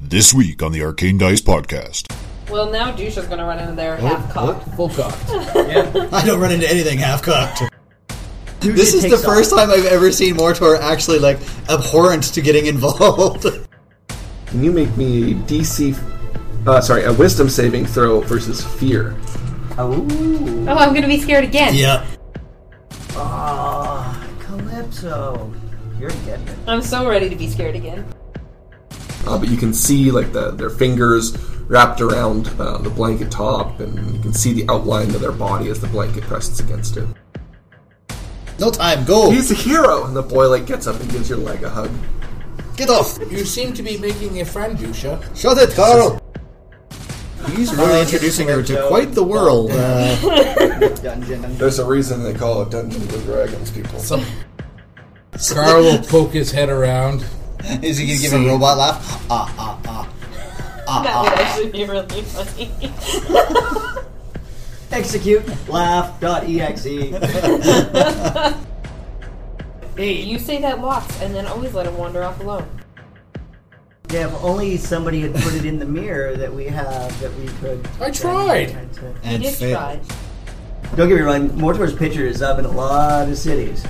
This week on the Arcane Dice Podcast. Well, now Dusha's gonna run in there half cocked. Full cocked. I don't run into anything half cocked. This Dude, is it the takes off. first time I've ever seen Mortor actually like abhorrent to getting involved. Can you make me a DC, uh, sorry, a wisdom saving throw versus fear? Oh, I'm gonna be scared again. yeah. Ah, Calypso. You're getting it. I'm so ready to be scared again. Uh, but you can see like the, their fingers wrapped around uh, the blanket top, and you can see the outline of their body as the blanket presses against it. No time. Go. He's a hero, and the boy like gets up and gives your leg a hug. Get off. You seem to be making a friend, Dusha. Shut it, Carl. He's really introducing her to quite the world. Uh, There's a reason they call it Dungeons and Dragons, people. Some. Carl will poke his head around. is he gonna give a robot laugh? Ah ah ah. That would actually be really funny. Execute laugh.exe. you say that lots, and then always let him wander off alone. yeah, if only somebody had put it in the mirror that we have that we could. I tried. He And did fail. try. Don't get me wrong, Mortor's picture is up in a lot of cities,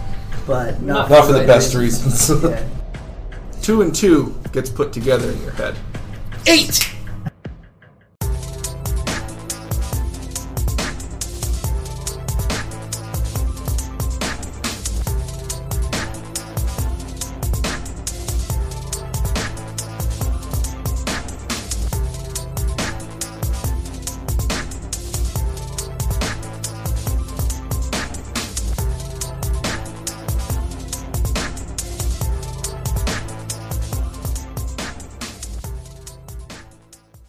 but not, Not for the best reasons. Yeah. two and two gets put together in your head. Eight!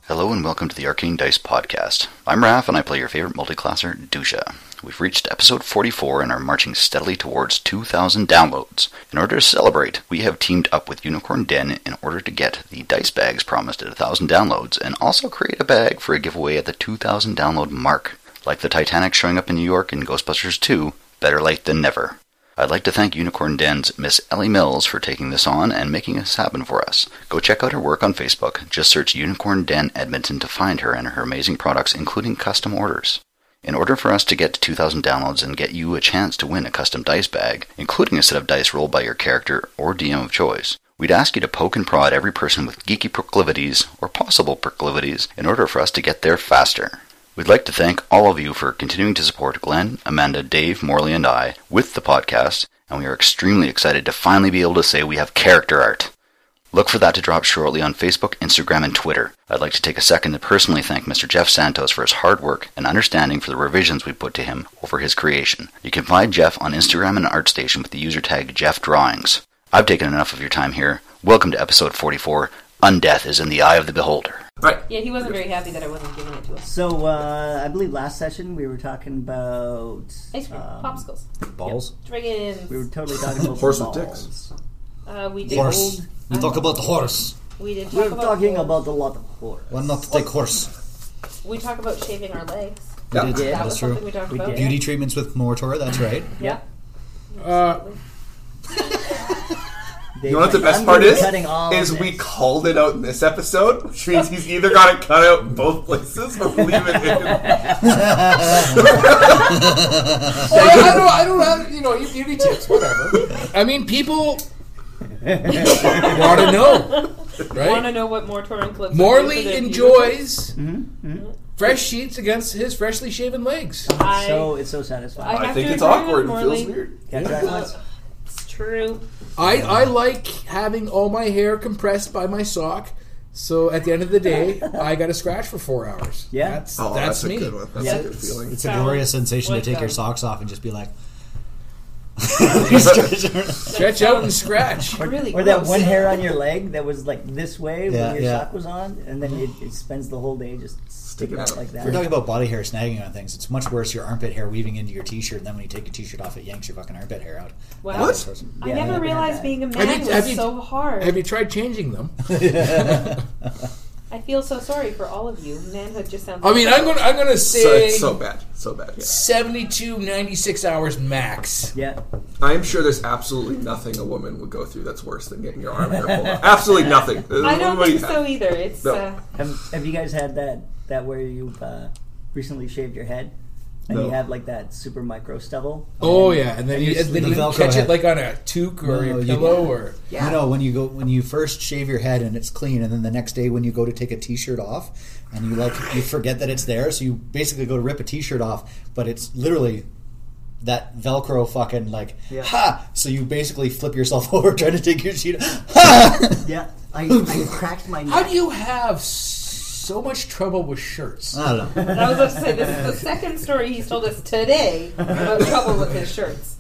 Hello and welcome to the Arcane Dice Podcast. I'm Raph and I play your favorite multiclasser, Dusha. We've reached episode 44 and are marching steadily towards 2,000 downloads. In order to celebrate, we have teamed up with Unicorn Den in order to get the dice bags promised at 1,000 downloads and also create a bag for a giveaway at the 2,000 download mark. Like the Titanic showing up in New York in Ghostbusters 2, better late than never. I'd like to thank Unicorn Den's Miss Ellie Mills for taking this on and making this happen for us. Go check out her work on Facebook. Just search Unicorn Den Edmonton to find her and her amazing products, including custom orders. In order for us to get to 2,000 downloads and get you a chance to win a custom dice bag, including a set of dice rolled by your character or DM of choice, we'd ask you to poke and prod every person with geeky proclivities or possible proclivities in order for us to get there faster. We'd like to thank all of you for continuing to support Glenn, Amanda, Dave, Morley, and I with the podcast, and we are extremely excited to finally be able to say we have character art. Look for that to drop shortly on Facebook, Instagram, and Twitter. I'd like to take a second to personally thank Mr. Jeff Santos for his hard work and understanding for the revisions we put to him over his creation. You can find Jeff on Instagram and ArtStation with the user tag Jeff Drawings. I've taken enough of your time here. Welcome to episode 44 Undeath is in the Eye of the Beholder. All right, Yeah, he wasn't very happy that I wasn't giving it to him. So, uh, I believe last session we were talking about. Ice cream, um, popsicles, Balls. dragons. We were totally talking about Horse with balls. dicks. uh, we did. Horse. We I- talk about the horse. We did. Talk We were about talking about a lot of horse. Why not to take horse? We talk about shaving our legs. Yeah. Did- That That's was true. something we talked We about. did. Beauty treatments with Mortor. That's right. Yeah. Uh, They- You know what the best I'm part gonna be is? Cutting all Is of we this. called it out in this episode, which means he's either got it cut out in both places or leave it in. Oh, I, I don't, I don't have, you know, your beauty tips, whatever. I mean, people want to know, Want to right? know what Mortor and Calypso do for Morley their enjoys fresh sheets against his freshly shaven legs. beauty? I, So, it's so satisfying. I- I have think to it's agree awkward. with It feels Morley. weird. Got dry ones? it's true. I, I like having all my hair compressed by my sock. So at the end of the day, I got a scratch for four hours. Yeah. that's, Oh, that's, that's, a me. good one. That's a good feeling. It's a Sounds glorious sensation to like take your them. socks off and just be like. Stretch out and scratch. Really. Or that gross. one hair on your leg that was like this way Yeah, when your yeah. sock was on, and then it, it spends the whole day just sticking out like We're that. talking about body hair snagging on things. It's much worse your armpit hair weaving into your t-shirt, and then when you take your t-shirt off, it yanks your fucking armpit hair out. Wow. That's I Yeah, I never never had realized that. being a man Have you- have was you- so hard. Have you tried changing them? worse. I I feel so sorry for all of you. Manhood just sounds. I mean, I'm gonna I'm gonna So say it's so bad, so bad. Yeah. 72, 96 hours max. Yeah. I'm sure there's absolutely nothing a woman would go through that's worse than getting your arm hair pulled off. Absolutely nothing. I don't Nobody think had- so either. It's No. uh, Have, have you guys had that that where you've uh, recently shaved your head and No. you have like that super micro stubble? Oh yeah, and then you, just- and then the you Velcro catch head. it like on a toque or No, your you- pillow or You know, when you go when you first shave your head and it's clean, and then the next day when you go to take a t-shirt off, and you like you forget that it's there, so you basically go to rip a t-shirt off, but it's literally that Velcro fucking like Yeah. ha. So you basically flip yourself over trying to take your sheet. Ha! Yeah, I, I cracked my neck. How do you have so much trouble with shirts? I don't know. I was about to say this is the second story he's told us today about trouble with his shirts.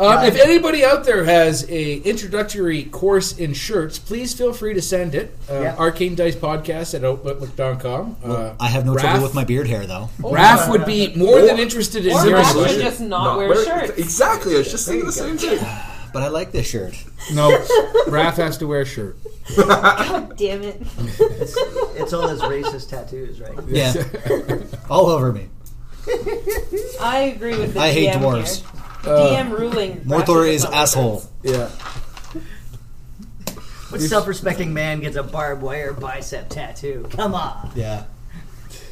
Um, if anybody out there has a introductory course in shirts, please feel free to send it. Uh, Yeah. Arcane Dice Podcast at outlook.com. Uh, I have no Raph- trouble with my Oh, beard hair though. Raph would be more than Or- interested in Or your Raph solution. would just not, wear shirts. Exactly. I was just thinking the There same thing. But I like this shirt. No, Raph has to wear a shirt. Damn it! It's all those racist tattoos, right? Yeah, all over me. I agree with the I hate DM dwarves. Here. Uh, DM ruling. Mortor Raph is not wear asshole. shirts. Yeah. What self-respecting man gets a barbed wire bicep tattoo? Come on. Yeah.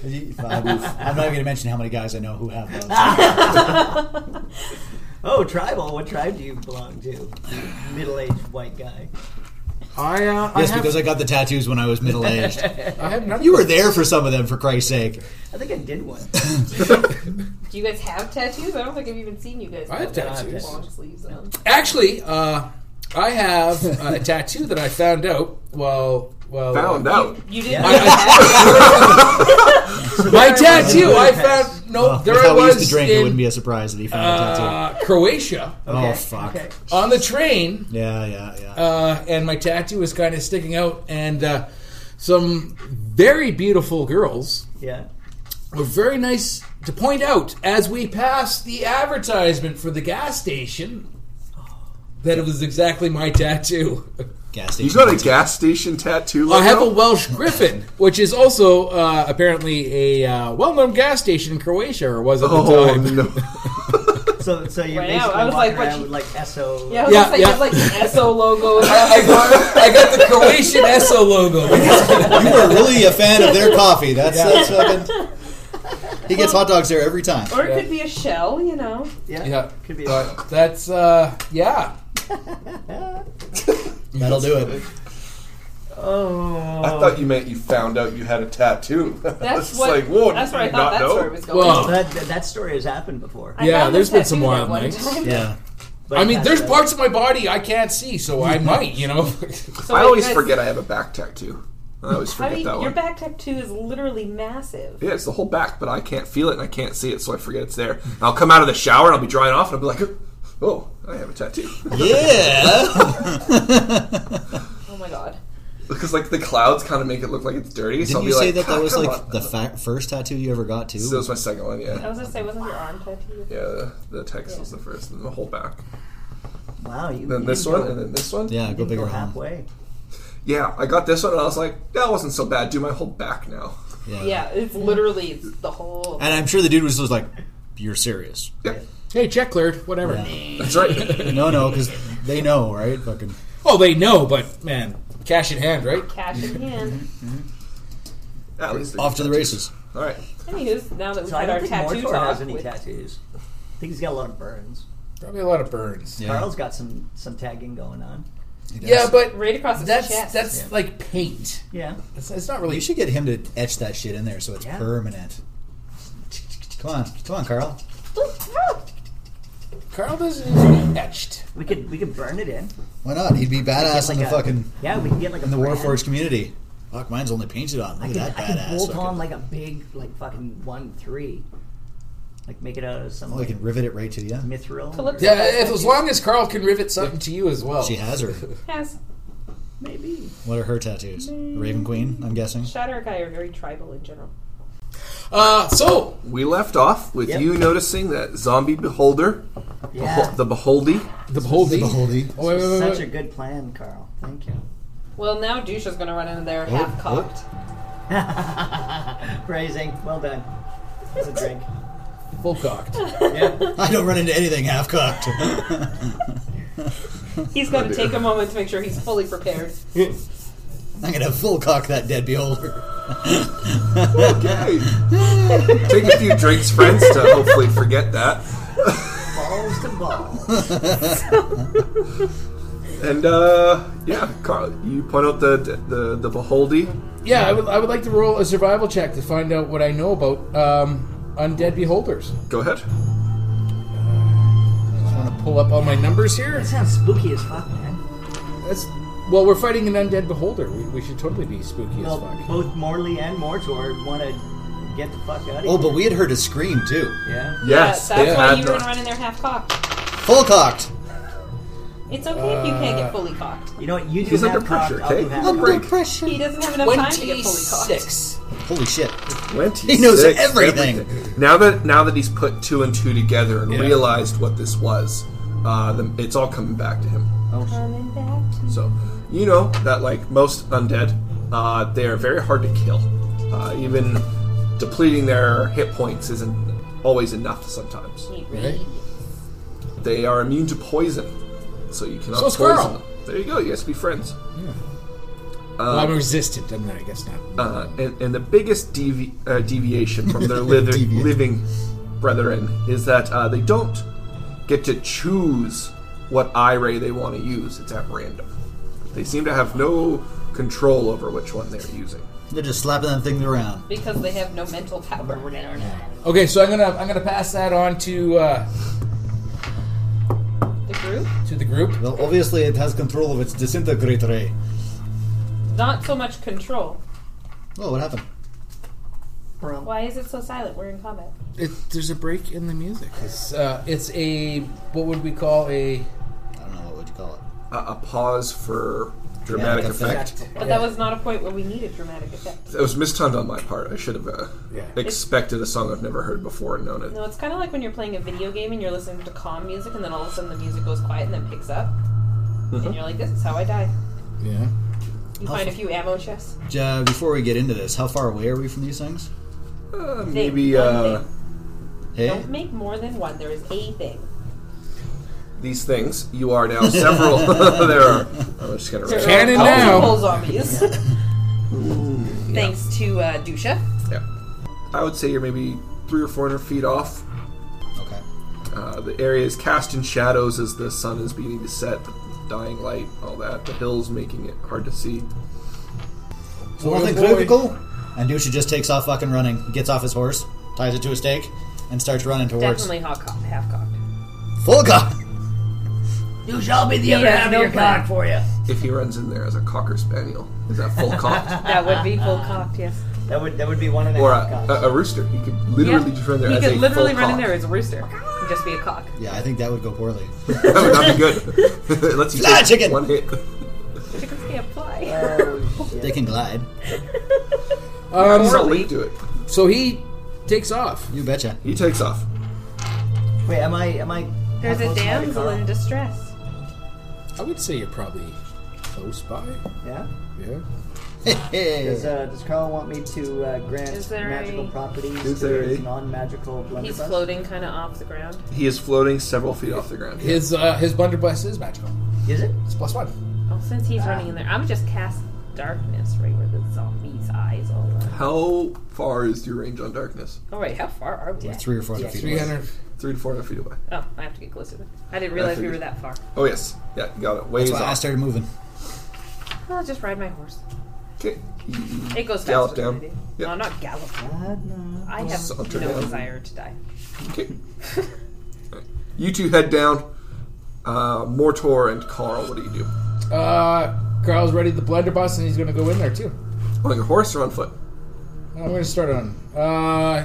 I'm not even gonna mention how many guys I know who have those. Oh, tribal. What tribe do you belong to? You Middle-aged white guy. I, uh, Yes, I have, because I got the tattoos when I was middle aged. I have none. You were there for some of them, for Christ's sake. I think I did one. Do you guys have tattoos? I don't think I've even seen you guys. I have tattoos. Long sleeves on. Actually, uh, I have uh, a tattoo that I found out while. while Found out. You didn't. Oh. I- My tattoo, I found. No, Well, there with I how we was. used to drink, in, it wouldn't be a surprise that he found a uh, Croatia tattoo. Okay, Oh fuck! okay. on the train, Yeah, yeah, yeah. uh, and my tattoo was kind of sticking out, and uh, some very beautiful girls Yeah. were very nice to point out as we passed the advertisement for the gas station that it was exactly my tattoo. gas station. You got a gas station tattoo. I have a logo? Welsh Griffin, which is also uh, apparently a uh, well-known gas station in Croatia, or was at the Oh time. no! So, so you're Wow, basically I was like, walking what around you- with like SO. Yeah, I was Yeah, gonna say, yeah. you have like an SO logo. I got, I got the Croatian ESO logo. you were really a fan of their coffee. That's that's fucking. He gets hot dogs there every time. Or it could be a shell, you know. Yeah. Yeah, Could be. but that's uh, yeah. That'll do it. Oh. I thought you meant you found out you had a tattoo. That's It's what. like, whoa, that's did where I you thought not that know? story was going. Well, That, that that story has happened before. I Yeah, found there's this been some tattoo wild at one nights. time. Yeah. But I mean, that's there's a- parts of my body I can't see, so I might, you know. So I wait, always guys- forget I have a back tattoo. I always I forget mean, that your one. back tattoo is literally massive. Yeah, it's the whole back, but I can't feel it and I can't see it, so I forget it's there. And I'll come out of the shower and I'll be drying off and I'll be like, oh, I have a tattoo. Yeah. Oh my god. because like the clouds kind of make it look like it's dirty. so I'll Didn't be you say like, "Ah, that that was "Come like on." the fa- first tattoo you ever got So that too? was my second one, I yeah. was gonna say, wasn't your arm tattoo? Yeah, the, the text was the first, and the whole back. Wow. You, Then you this can one, go- and then this one. Yeah, you go can bigger go home. halfway. Yeah, I got this one, and I was like, that wasn't so bad. Do my whole back now. Yeah, it's literally it's the whole. And I'm sure the dude was just like, "You're serious." hey, check cleared. Whatever. That's right. No, no, because they know, right? Fucking. Oh, they know, but man, cash in hand, right? Cash in hand. At least they- Off to the races. All right. Anywho's now that we've So I had our don't think tattoo Mortor talk. has any with- tattoos. I think he's got a lot of burns. Probably a lot of burns. Carl's got some some tagging going on. Yeah, but Right across his that's chest. that's like paint. Yeah. It's, it's not Well, you really. should get him to etch that shit in there so it's Yeah. permanent. Come on, come on, Carl. Carl doesn't even etched. We could we could burn it in. Why not? He'd be badass in the Like a- fucking Yeah, we can get like a in the brand. Warforged community. Fuck, mine's only painted on. I Look could, at that I could badass. bolt fucking- on like a big like fucking one three. Like make it out of some oh, I like, can rivet it right to you. mithril. Calypso. Yeah, if, as long as Carl can rivet something to you as well. She has her. Has Maybe. What are her tattoos? Raven Queen, I'm guessing. Shatter Guy are very tribal in general. Uh, so We left off with Yep. you noticing that zombie beholder, Yeah. the beholdy. the beholdy. Beholdy. Oh, wait, wait, wait, Such wait. a good plan, Carl. Thank you. Well, now Dusha's gonna run in there half cocked. Praising. Well done. It's a drink. Full cocked. Yeah. I don't run into anything half cocked. He's got to take a moment to make sure he's fully prepared. I'm gonna full cock that dead beholder. Okay. Take a few drinks, friends, to hopefully forget that. Balls to balls. And uh, yeah, Carl, you point out the the the beholdy. Yeah, I would, I would like to roll a survival check to find out what I know about um, undead beholders. Go ahead. Uh, I want to pull up all my numbers here. That sounds spooky as fuck, man. That's well, we're fighting an undead beholder. We, we should totally be spooky Well, as fuck. both Morley and Mortor want to get the fuck out of Oh, here. but we had heard a scream too. yeah. Yeah, Yes, that's they why had you were not. running there half cocked. Full cocked. It's okay if you can't Uh, get fully cocked. You know what? You do He's have under pressure, cock, I'll okay? do half. Under Break. pressure. He doesn't have enough time to get fully cocked. Twenty-six. Holy shit. 26, He knows everything. Now that now that he's put two and two together and Yeah. realized what this was, uh, the, it's all coming back to him. Coming back to- So you know that like most undead, uh, they are very hard to kill. Uh, even depleting their hit points isn't always enough. Sometimes Right? they are immune to poison, so you cannot So is poison Carl. them. There you go. You guys be friends. Well, I'm resistant. I'm not. I guess not. uh, and, and the biggest devi- uh, deviation from their lither- Deviate. living brethren is that uh, they don't get to choose what eye ray they want to use. It's at random. They seem to have no control over which one they're using. They're just slapping them things around. Because they have no mental power. The Okay, so I'm gonna I'm gonna pass that on to uh, group? to the group. Well, obviously it has control of its disintegrator. Not so much control. Oh, what happened? Why is it so silent? We're in combat. It, there's a break in the music. It's uh, it's a what would we call a I don't know. What would you call it? Uh, a pause for Dramatic dramatic effect. effect. But that was not a point where we needed dramatic effect. That was mistimed on my part. I should have uh, Yeah. expected a song I've never heard before and known it. No, it's kind of like when you're playing a video game and you're listening to calm music, and then all of a sudden the music goes quiet and then picks up, and you're like, "This is how I die." Mm-hmm. yeah. You find a few ammo chests. Uh, before we get into this, how far away are we from these things? Uh, Thing, maybe one uh, thing. Hey, Don't make more than one. There is a thing. these things. You are now several. there are. I'm just gonna. There write- Cannon are now. multiple zombies. Thanks to uh, Dusha. Yeah. I would say you're maybe three or four hundred feet off. okay. Uh, the area is cast in shadows as the sun is beginning to set, the dying light, all that. The hills making it hard to see. So nothing boy. critical. And Dusha just takes off fucking running, gets off his horse, ties it to a stake, and starts running towards. Definitely half cocked. Half cocked. Full cock. You shall be the other has half of no your plan. cock for you. If he runs in there as a cocker spaniel, is that full cocked? That would be full cocked. Yes. That would that would be one and a half or a, cocks. a, a rooster? He could literally just run there He as could a literally full run in cock. there as a rooster. It'd Just be a cock. Yeah, I think that would go poorly. that would not Oh, be good. Let's you Fly, take chicken! one hit. Chickens can't fly. Oh, shit. They can glide. Um, So we do it. so he takes off. You betcha. He takes off. Wait, am I am I? There's how a close am I to damsel Carl? in distress. I would say you're probably close by. Yeah. Yeah. Does, Hey. uh, does Carl want me to uh, grant Is there magical a- properties Is to there his a- non-magical He's blunderbuss? floating kind of off the ground. He is floating several feet off the ground. His uh, his blunderbuss is magical. Is it? It's plus one. Oh, since he's running in there, I'm just cast darkness right where the zombie's eyes all are. How far is your range on darkness? Oh wait, how far are we? at? Three or four hundred feet. Three away. hundred. Three to four hundred feet away. Oh, I have to get closer. Then. I didn't realize we were that far. Oh yes, yeah, you got it. Ways That's why I off. started moving. I'll just ride my horse. Okay. It goes faster. Gallop than down. I do. Yep. No, not gallop. God, no. I have Saunter no down. desire to die. Okay. you two head down. Uh, Mortor and Carl, what do you do? Uh, Carl's ready the blunderbuss, and he's going to go in there too. On your horse or on foot? I'm going to start on. Uh,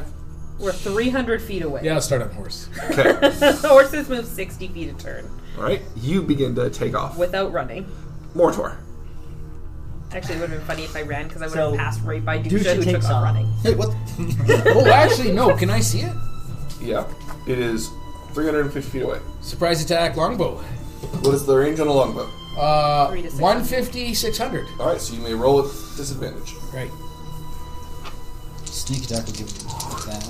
We're 300 feet away. yeah, I'll start on horse. Okay. Horses move 60 feet a turn All right. You begin to take off. without running. Mortor. Actually, it would have been funny if I ran because I would have So, passed right by Dusha Dusha who took takes off off. running. Hey, what? Oh, actually, no. Can I see it? Yeah. It is 350 feet away. Surprise attack, longbow. What is the range on a longbow? Uh, Three to six. 150, 600. All right. So you may roll with disadvantage. Right. Sneak attack will give you that.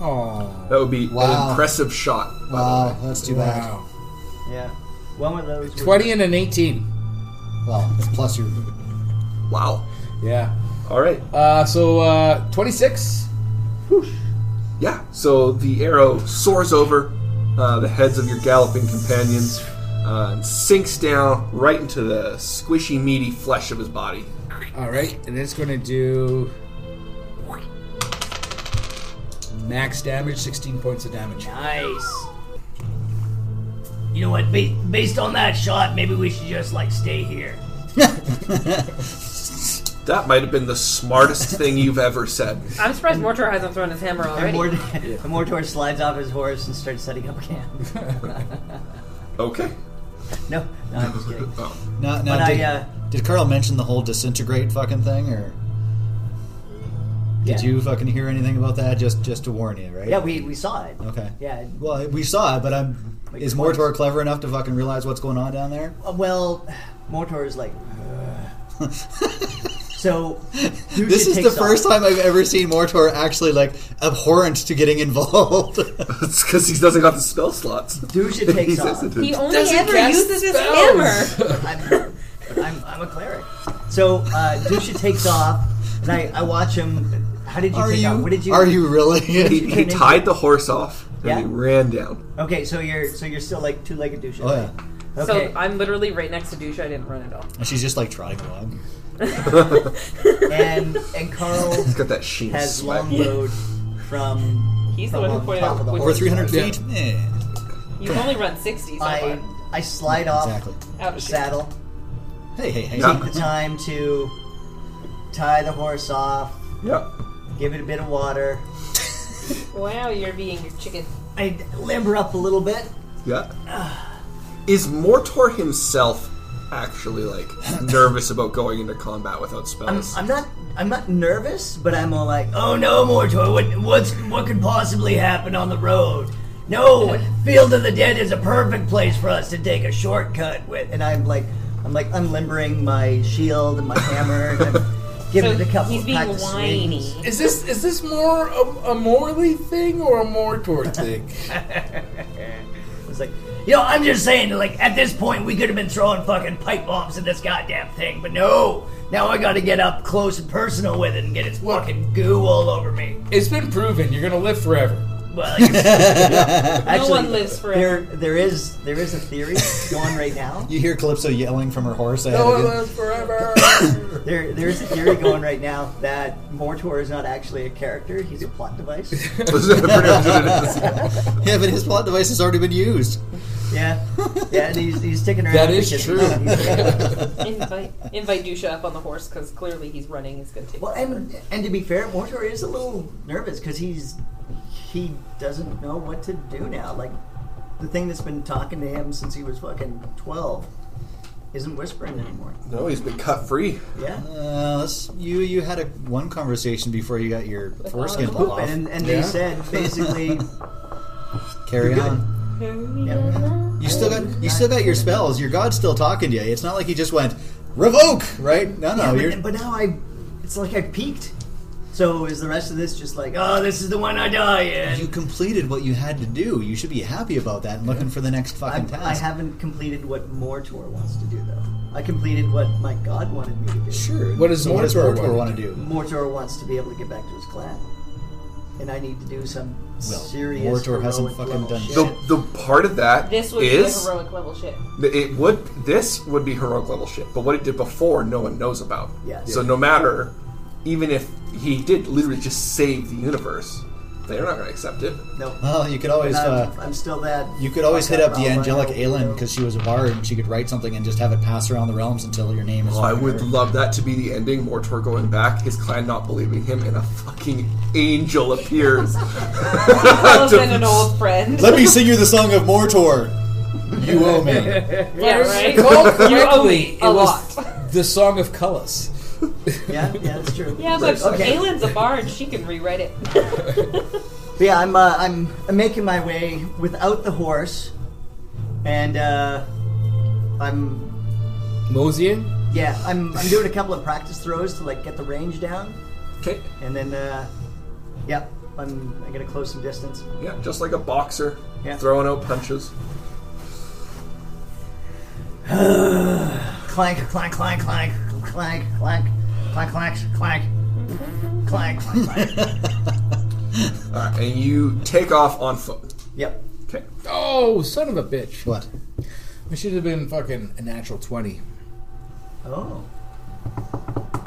Oh. That would be an Wow. impressive shot. by the Wow, way. that's too bad. Wow. Yeah. One of those. would- 20 and an 18. Well, it's plus your. Wow. Yeah. All right. Uh, so uh, 26. Yeah, so the arrow soars over uh, the heads of your galloping companions uh, and sinks down right into the squishy, meaty flesh of his body. All right, and it's going to do max damage, 16 points of damage. Nice. You know what? Ba- based on that shot, maybe we should just like stay here. That might have been the smartest thing you've ever said. I'm surprised Mortar hasn't thrown his hammer And already. Mordor, and Mordor slides off his horse and starts setting up camp. Okay. Oh. No, no, I'm just kidding. Now, now But did, I, uh, did Carl mention the whole disintegrate fucking thing, or did Yeah. you fucking hear anything about that? Just just to warn you, right? yeah, we, we saw it. Okay. Yeah. Well, we saw it, but I'm. Like is twice. Mortor clever enough to fucking realize what's going on down there? Uh, Well, Mortor is like. "Ugh." so, Dusha This is the takes first off. time I've ever seen Mortor actually like abhorrent to getting involved. That's because he doesn't got the spell slots. Dusha takes He's off. hesitant. He only Doesn't ever cast uses his hammer. spells. I'm, I'm, I'm a cleric. So uh, Dusha takes off, and I, I watch him. How did you are take "Oh, you? off? What did you? Are you He, really? he tied the horse off and Yeah. he ran down. Okay, so you're so you're still like two-legged Dusha. oh yeah. Okay. So I'm literally right next to Dusha. I didn't run at all. And she's just like trotting along. and and Carl He's got that sheen has swag. longbow from. He's the from one who on pointed top out of the which Over horse. 300 Yeah. feet. Eh. You've only run 60 so I far. I slide off Exactly. Out of shape. saddle. Hey, hey, hey. Yeah. Take the time to tie the horse off. Yeah. Give it a bit of water. Wow, you're being your chicken. I limber up a little bit. Yeah. Is Mortor himself actually like nervous about going into combat without I'm, spells? I'm not I'm not nervous, but I'm all like, oh no, Mortor, what what's what could possibly happen on the road? No, Field of the Dead is a perfect place for us to take a shortcut with. And I'm like, I'm like unlimbering my shield and my hammer. And So I'm giving it a couple. he's of being pats of whiny. swings. Is this is this more a, a Morley thing or a Mortor thing? It's like, You know, I'm just saying, like, at this point, we could have been throwing fucking pipe bombs at this goddamn thing, but no. Now I gotta get up close and personal with it and get its fucking goo all over me. it's been proven you're gonna live forever. Well, like, actually, no one lives there forever. there is there is a theory going right now. You hear Calypso yelling from her horse. ahead No of one you. lives forever. There there is a theory going right now that Mortor is not actually a character; he's a plot device. Yeah, but his plot device has already been used. Yeah, yeah, and he's, he's sticking around. That is because true. he's- he's- Uh, invite, invite Dusha up on the horse because clearly he's running. He's going to take. well, and and to be fair, Mortor is a little nervous because he's he doesn't know what to do now. Like the thing that's been talking to him since he was fucking twelve isn't whispering anymore. no, he's been cut free. Yeah, Uh, let's- you you had a one conversation before you got your foreskin pulled off. and and Yeah. they said basically, Carry on. You still got you still got your spells. Your god's still talking to you. It's not like he just went revoke, right? No, no. yeah, Oh, you're, but, but now I, it's like I peaked. So is the rest of this just like, oh, this is the one I die in? you completed what you had to do. You should be happy about that and looking for the next I, fucking I task. haven't completed what Mortor wants to do though. I completed what my god wanted me to do. sure. What does So what does Mortor Mortor want want to do? Mortor wants to be able to get back to his clan, and I need to do some serious. Mortor heroic hasn't fucking level done shit. The, the part of that This would is- be a heroic level shit. It would. This would be heroic level shit. But what it did before, no one knows about. Yeah. So no matter, even if he did literally just save the universe, they're not going to accept it. No, Well, you could always uh, I'm, I'm still that. You could always hit fucked up the angelic albino Aelin weirdo. because she was a bard and she could write something and just have it pass around the realms until your name is. I would whatever. love that to be the ending. Mortor going back, his clan not believing him, and a fucking angel appears. Well, been an old friend. Let me sing you the song of Mortor. You owe me. yeah, right. Called You owe correctly, me it a was lot. the Song of Cullis. Yeah, yeah, that's true. Yeah, but Okay. Aylin's a bard. She can rewrite it. But yeah, I'm uh, I'm I'm making my way without the horse, and uh, I'm Mosian, Yeah, I'm, I'm doing a couple of practice throws to like get the range down, Okay. and then, uh, yeah, I'm, I'm gonna close some distance. Yeah, just like a boxer, Yeah. throwing out punches. Clank, clank, clank, clank, clank, clank, clank, clank, clank, clank, clank, clank. All right, Uh, and you take off on foot. Yep. Okay. Oh, son of a bitch. What? I should have been fucking a natural 20. Oh.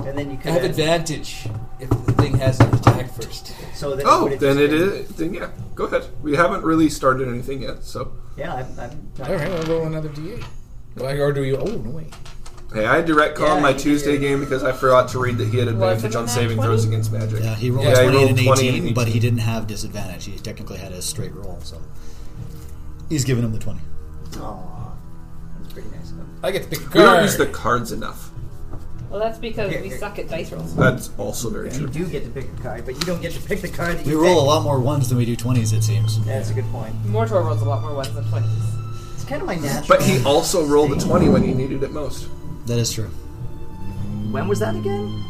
And then you I could have advantage if the thing has an attack first. So then Oh, would then just it been- is. Then yeah, go ahead. We haven't really started anything yet, so Yeah, I'm, I'm not, All right, I'll roll another d8. Like, or do you? Oh no, wait. hey, I direct call Yeah, my you did. Tuesday game because I forgot to read that he had advantage Wasn't on that saving 20? throws against magic. Yeah, Uh, he rolled Yeah, 20 and an 18, 20 and but he didn't have disadvantage. He technically had a straight roll, so he's giving him the 20. Aw, that's pretty nice of him. I get to pick a card. We don't use the cards enough. Well, that's because Here, we here. suck at dice rolls. That's also very You true. do get to pick a card, but you don't get to pick the card that We you roll a pick. lot more ones than we do 20s, it seems. That's a good point. Mortor rolls a lot more ones than twenties. It's kind of my natural. But he also rolled a twenty when he needed it most. That is true. when was that again?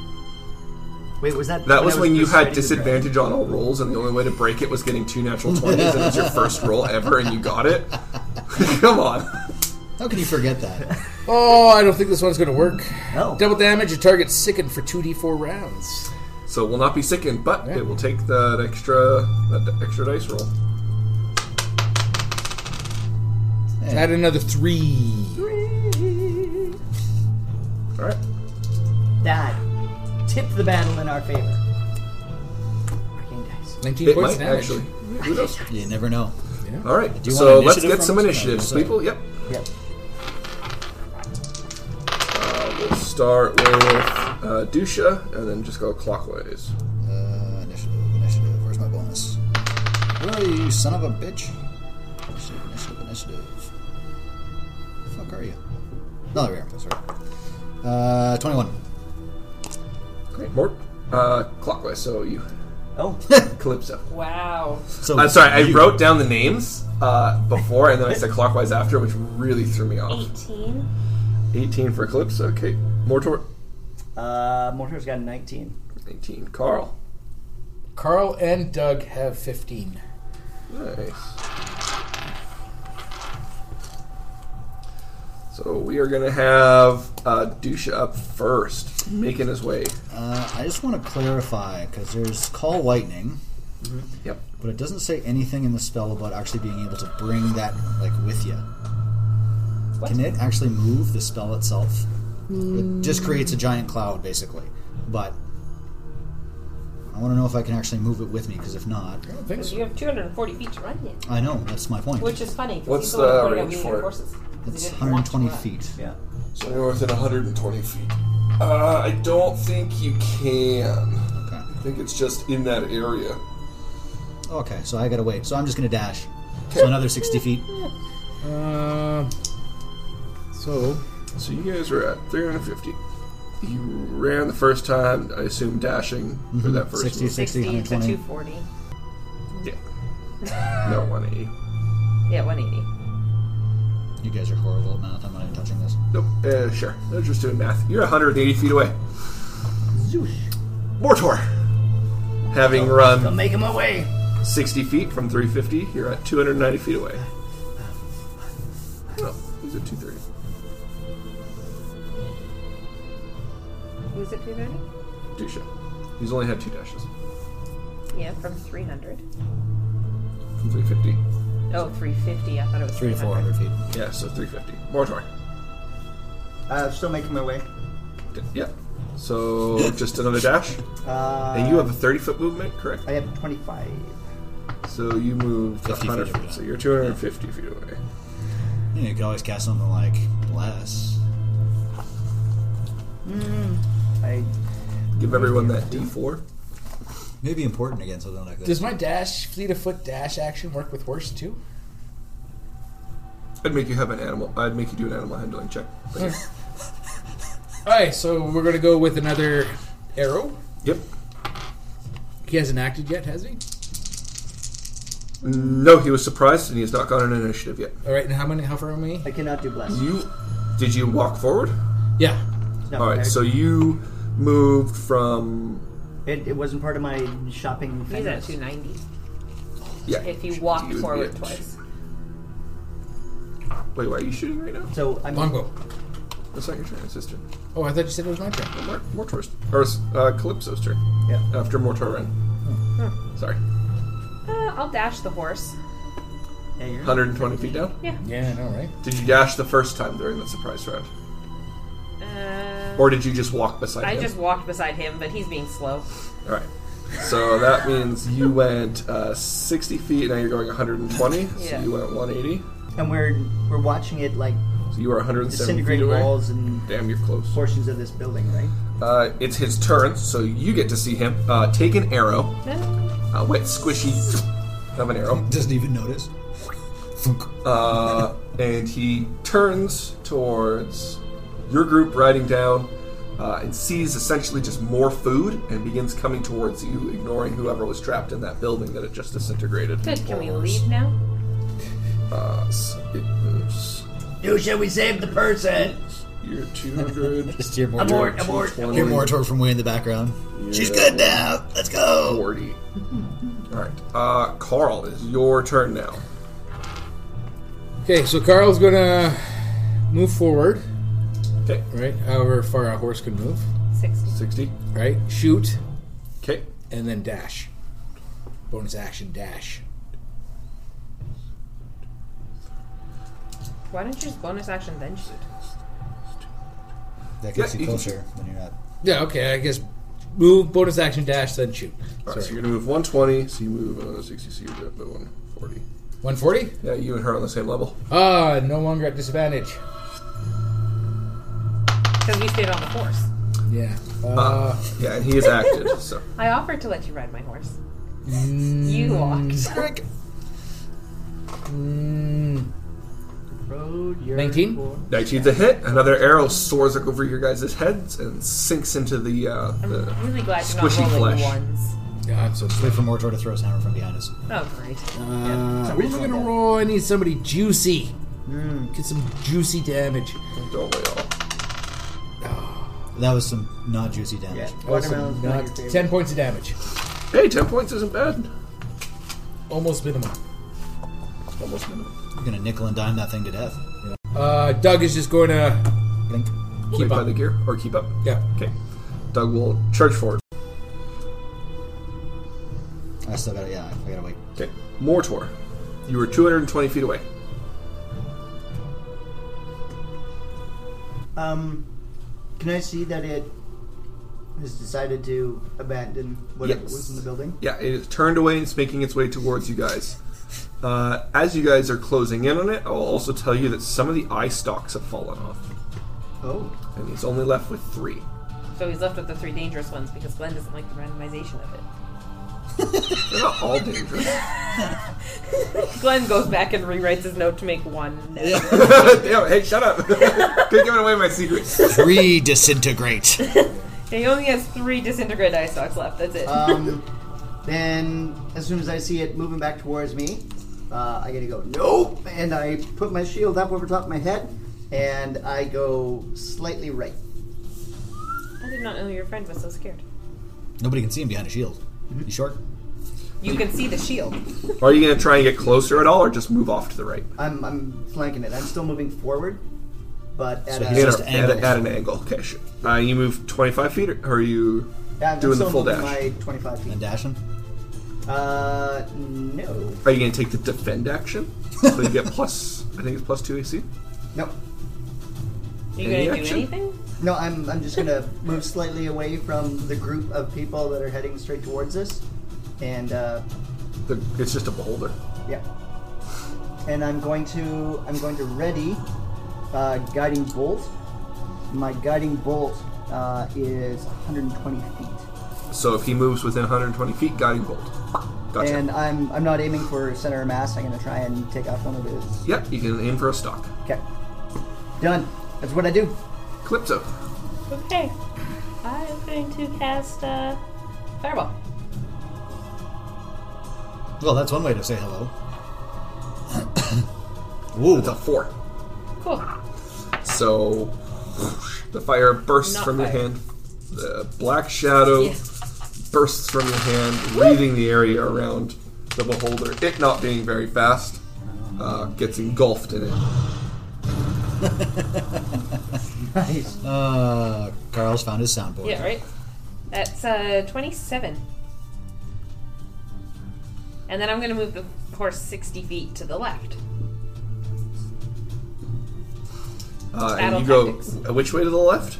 Wait, was that That was I when you first had writing the draft? disadvantage on all rolls, and the only way to break it was getting two natural twenties, and it was your first roll ever, and you got it. Come on. How can you forget that? Oh, I don't think this one's gonna work. No. Double damage. Your target's sickened for two d4 rounds. So we'll not be sickened, but Yeah. it will take that extra that extra dice roll. Add another three. All right. That tipped the battle in our favor. Arcane dice. Nineteen It points might damage. actually. Who knows? You never know. All right. Do you want So let's initiative get from some us? No, initiatives, so- people. Yep. Yep. Uh, we'll start with uh, Dusha, and then just go clockwise. Uh, initiative, initiative. Where's my bonus? Where are you, you son of a bitch? Initiative, initiative, initiative. The fuck are you? No, there we are. That's right. Uh, 21. Okay. Mort. Uh, clockwise. So you, Oh, Calypso. Wow. So I'm Uh, sorry. I you- wrote down the names uh, before, and then I said clockwise after, which really threw me off. Eighteen. 18 for Calypso. Okay. Mortor. uh, Mortar's got a 19. 19. Carl. Carl and Doug have fifteen. Nice. So we are going to have uh, Dusha up first, making his way. Uh, I just want to clarify because there's call lightning, Yep. but it doesn't say anything in the spell about actually being able to bring that like with you. Can it actually move the spell itself? It just creates a giant cloud, basically. But I want to know if I can actually move it with me because if not, I don't think so. You have 240 feet to run in, I know that's my point. which is funny. 'cause What's people are the pointing out range we need for it? Horses, 'cause they it's didn't want to 120 run. feet. Yeah. So you're within 120 feet. Uh, I don't think you can. Okay. I think it's just in that area. Okay, so I gotta wait. So I'm just gonna dash. So another 60 feet. Uh, so So you guys are at 350. You ran the first time, I assume, dashing for that first 60, move. 60, 60 to 120. 240. Yeah. no, 180. Yeah, 180. You guys are horrible at math. I'm not even touching this. Nope. Uh, sure. They're just doing math. You're 180 feet away. Mortor. Having I'm run making my way. 60 feet from 350, you're at 290 feet away. Oh, he's at 230. Who's at 230? Dusha. He's only had two dashes Yeah, from 300. from 350. Oh, 350. I thought it was Three to 400 feet. Yeah, so 350. Mortor. Uh, still making my way. D- Yep. So just another dash. Uh, And you have a 30 foot movement, correct? I have 25. So you moved 50 feet 100 away. feet. So you're 250 feet away. You, know, you could always cast something like Bless. I Give everyone that d4. May be important against something like this. does my dash fleet of foot dash action work with horse too? I'd make you have an animal. I'd make you do an animal handling check. But yeah. All right, so we're gonna go with another arrow. Yep. He hasn't acted yet, has he? No, he was surprised, and he has not gotten an initiative yet. All right, and how many? How far am I? I cannot do bless. You did you walk forward? Yeah. No, All right, I- so you moved from it, it wasn't part of my shopping. He's at fitness. 290. yeah. If you walked would be forward at- twice. Wait, why are you shooting right now? So I'm Longbow. That's not your turn, it's his turn. Oh, I thought you said it was my turn. Mort- Mortor's or uh, Calypso's turn. Yeah. After Mortorin. Hmm. Sorry, Uh, I'll dash the horse. Yeah, you're- 120 feet down. Yeah, I know, right? Did you dash the first time during the surprise round, Uh, or did you just walk beside I him? just walked beside him, but he's being slow. All right. So that means you went uh, 60 feet. Now you're going 120. Yeah. So you went 180. and we're we're watching it like So you are 170 feet disintegrate away. walls and Damn, you're close. portions of this building, right? Uh, it's his turn, so you get to see him. Uh, take an arrow, a wet, squishy of an arrow, Doesn't even notice. Thunk. uh, and he turns towards your group riding down uh, and sees essentially just more food and begins coming towards you, ignoring whoever was trapped in that building that had just disintegrated. Good, can we Or- leave now? Uh, s- it moves. Dude, should we save the person? You're 200. Just hear more. Abort, torch. abort. Hear more torch from way in the background. She's good now. Let's go. 40. Alright. Uh, Carl, it's your turn now. Okay, so Carl's gonna move forward, Okay. right? However far a horse can move, 60. 60. right? Shoot Okay. and then dash. Bonus action dash. Why don't you just bonus action then shoot? That Yeah, gets you you can- closer when you're not. Yeah, okay, I guess move bonus action dash then shoot. Alright, so Sorry. you're gonna move 120, so you move another 60, so you're at 140. 140? Yeah, you and her on the same level. Ah, no longer at disadvantage. Because we stayed on the horse. Yeah. Uh, Yeah, and he has acted, so. I offered to let you ride my horse. You walked. mm, Road, you're 19? four. 19's a hit. Another arrow soars like over your guys' heads and sinks into the, uh, I'm the really glad you're not squishy rolling flesh. ones. yeah, I'm so Wait for Mordor to throw his hammer from behind us. Oh, great. Uh, what am I gonna roll? I need somebody juicy. Hmm. Get some juicy damage. Don't we all? That was some not juicy damage. Yeah, watermelon's not your Not- favorite. Ten points of damage. Hey, 10 points isn't bad. Almost minimum. Almost minimum. You're gonna nickel and dime that thing to death. Uh, Doug is just going to Blink. Wait keep by up. the gear, or keep up. yeah. Okay. Doug will charge forward. I still gotta. Yeah, I gotta wait. Okay. Mortor, you were 220 feet away. Um, can I see that it has decided to abandon whatever Yes. was in the building? Yeah, it is turned away and it's making its way towards you guys. Uh, as you guys are closing in on it, I'll also tell you that some of the eye stalks have fallen off, Oh, and he's only left with three. So he's left with the three dangerous ones because Glenn doesn't like the randomization of it. They're not all dangerous. Glenn goes back and rewrites his note to make one. note. Damn, hey, shut up! Quit giving away my secrets. Three disintegrate. He only has three disintegrate ice socks left. That's it. Uh. um, then as soon as I see it moving back towards me, uh, I gotta go, nope! And I put my shield up over top of my head, and I go slightly right. I did not know your friend was so scared. Nobody can see him behind a shield. You short? You can see the shield. Are you going to try and get closer at all, or just move off to the right? I'm, I'm flanking it. I'm still moving forward, but at So a, he's At, Just a, at, a, angled. at an angle. Okay, sure. Uh, you move 25 feet, or are you Yeah, I'm doing still the full moving dash? My 25 And feet. dashing? Uh, no, Are you going to take the defend action? So you get plus, I think it's plus 2 AC? no, Are you going Any to do action? anything? no. I'm, I'm just gonna move slightly away from the group of people that are heading straight towards us, and uh, The- It's just a beholder. yeah. And I'm going to, I'm going to ready uh, guiding bolt. My guiding bolt uh, is 120 feet, So if he moves within 120 feet, guiding bolt. Gotcha. and I'm, I'm not aiming for center of mass. I'm gonna try and take off one of his. yep, you can aim for a stock. Okay, done. That's what I do. Calypso. Okay. I'm going to cast uh, Fireball. Well, that's one way to say hello. Whoa. It's a four. Cool. So The fire bursts Not from your fire. hand. The black shadow Yeah. bursts from your hand, leaving the area around the beholder. It not being very fast, uh, gets engulfed in it. Uh, Carl's found his soundboard. Yeah, right? That's uh, 27. And then I'm going to move the horse 60 feet to the left. Uh, Battle and you go tactics. uh, which way to the left?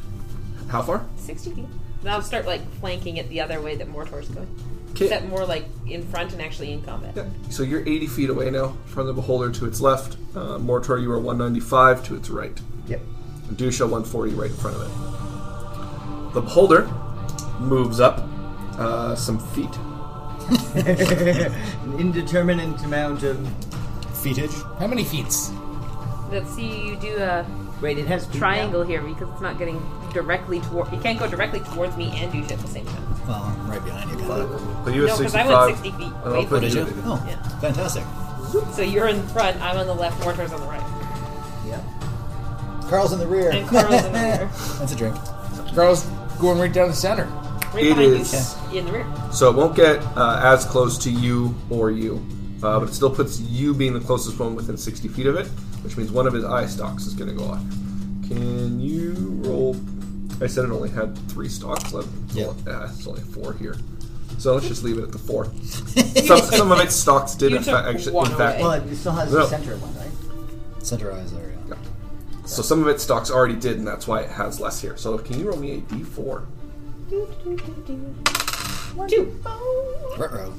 How far? 60 feet. Then I'll start like flanking it the other way that Mortor's going. Okay. Except more like in front and actually in combat. Yeah, So you're 80 feet away now from the beholder to its left. Uh, Mortor, you are 195 to its right. Yep. And Dusha 140 right in front of it. The beholder moves up uh, some feet. An indeterminate amount of. Feetage. How many feats? Let's see, you do a Wait, it has feet now. triangle here because it's not getting directly toward. You can't go directly towards me and do shit at the same time. Well, I'm right behind you. got it. But you have No, 'cause I 65. went 60 feet. and I'll Wait, put what it did in. Oh, fantastic. So you're in front, I'm on the left, Mortor's on the right. Yep. Carl's in the rear. And Carl's in the rear. That's a drink. Carl's going right down the center. Right It behind is- you, in the rear. So it won't get uh, as close to you or you, uh, but it still puts you being the closest one within 60 feet of it, which means one of his eye stalks is going to go off. Can you roll? I said it only had three stalks left. Yeah. Uh, it's only four here. So let's just leave it at the four. some, some of its stalks did You in took fact- actually, one in fact, away. Well, it still has No. the center one, right? Center eyes there. Yeah. so some of its stalks already did, and that's why it has less here. So can you roll me a d4? Two. Ruh-roh.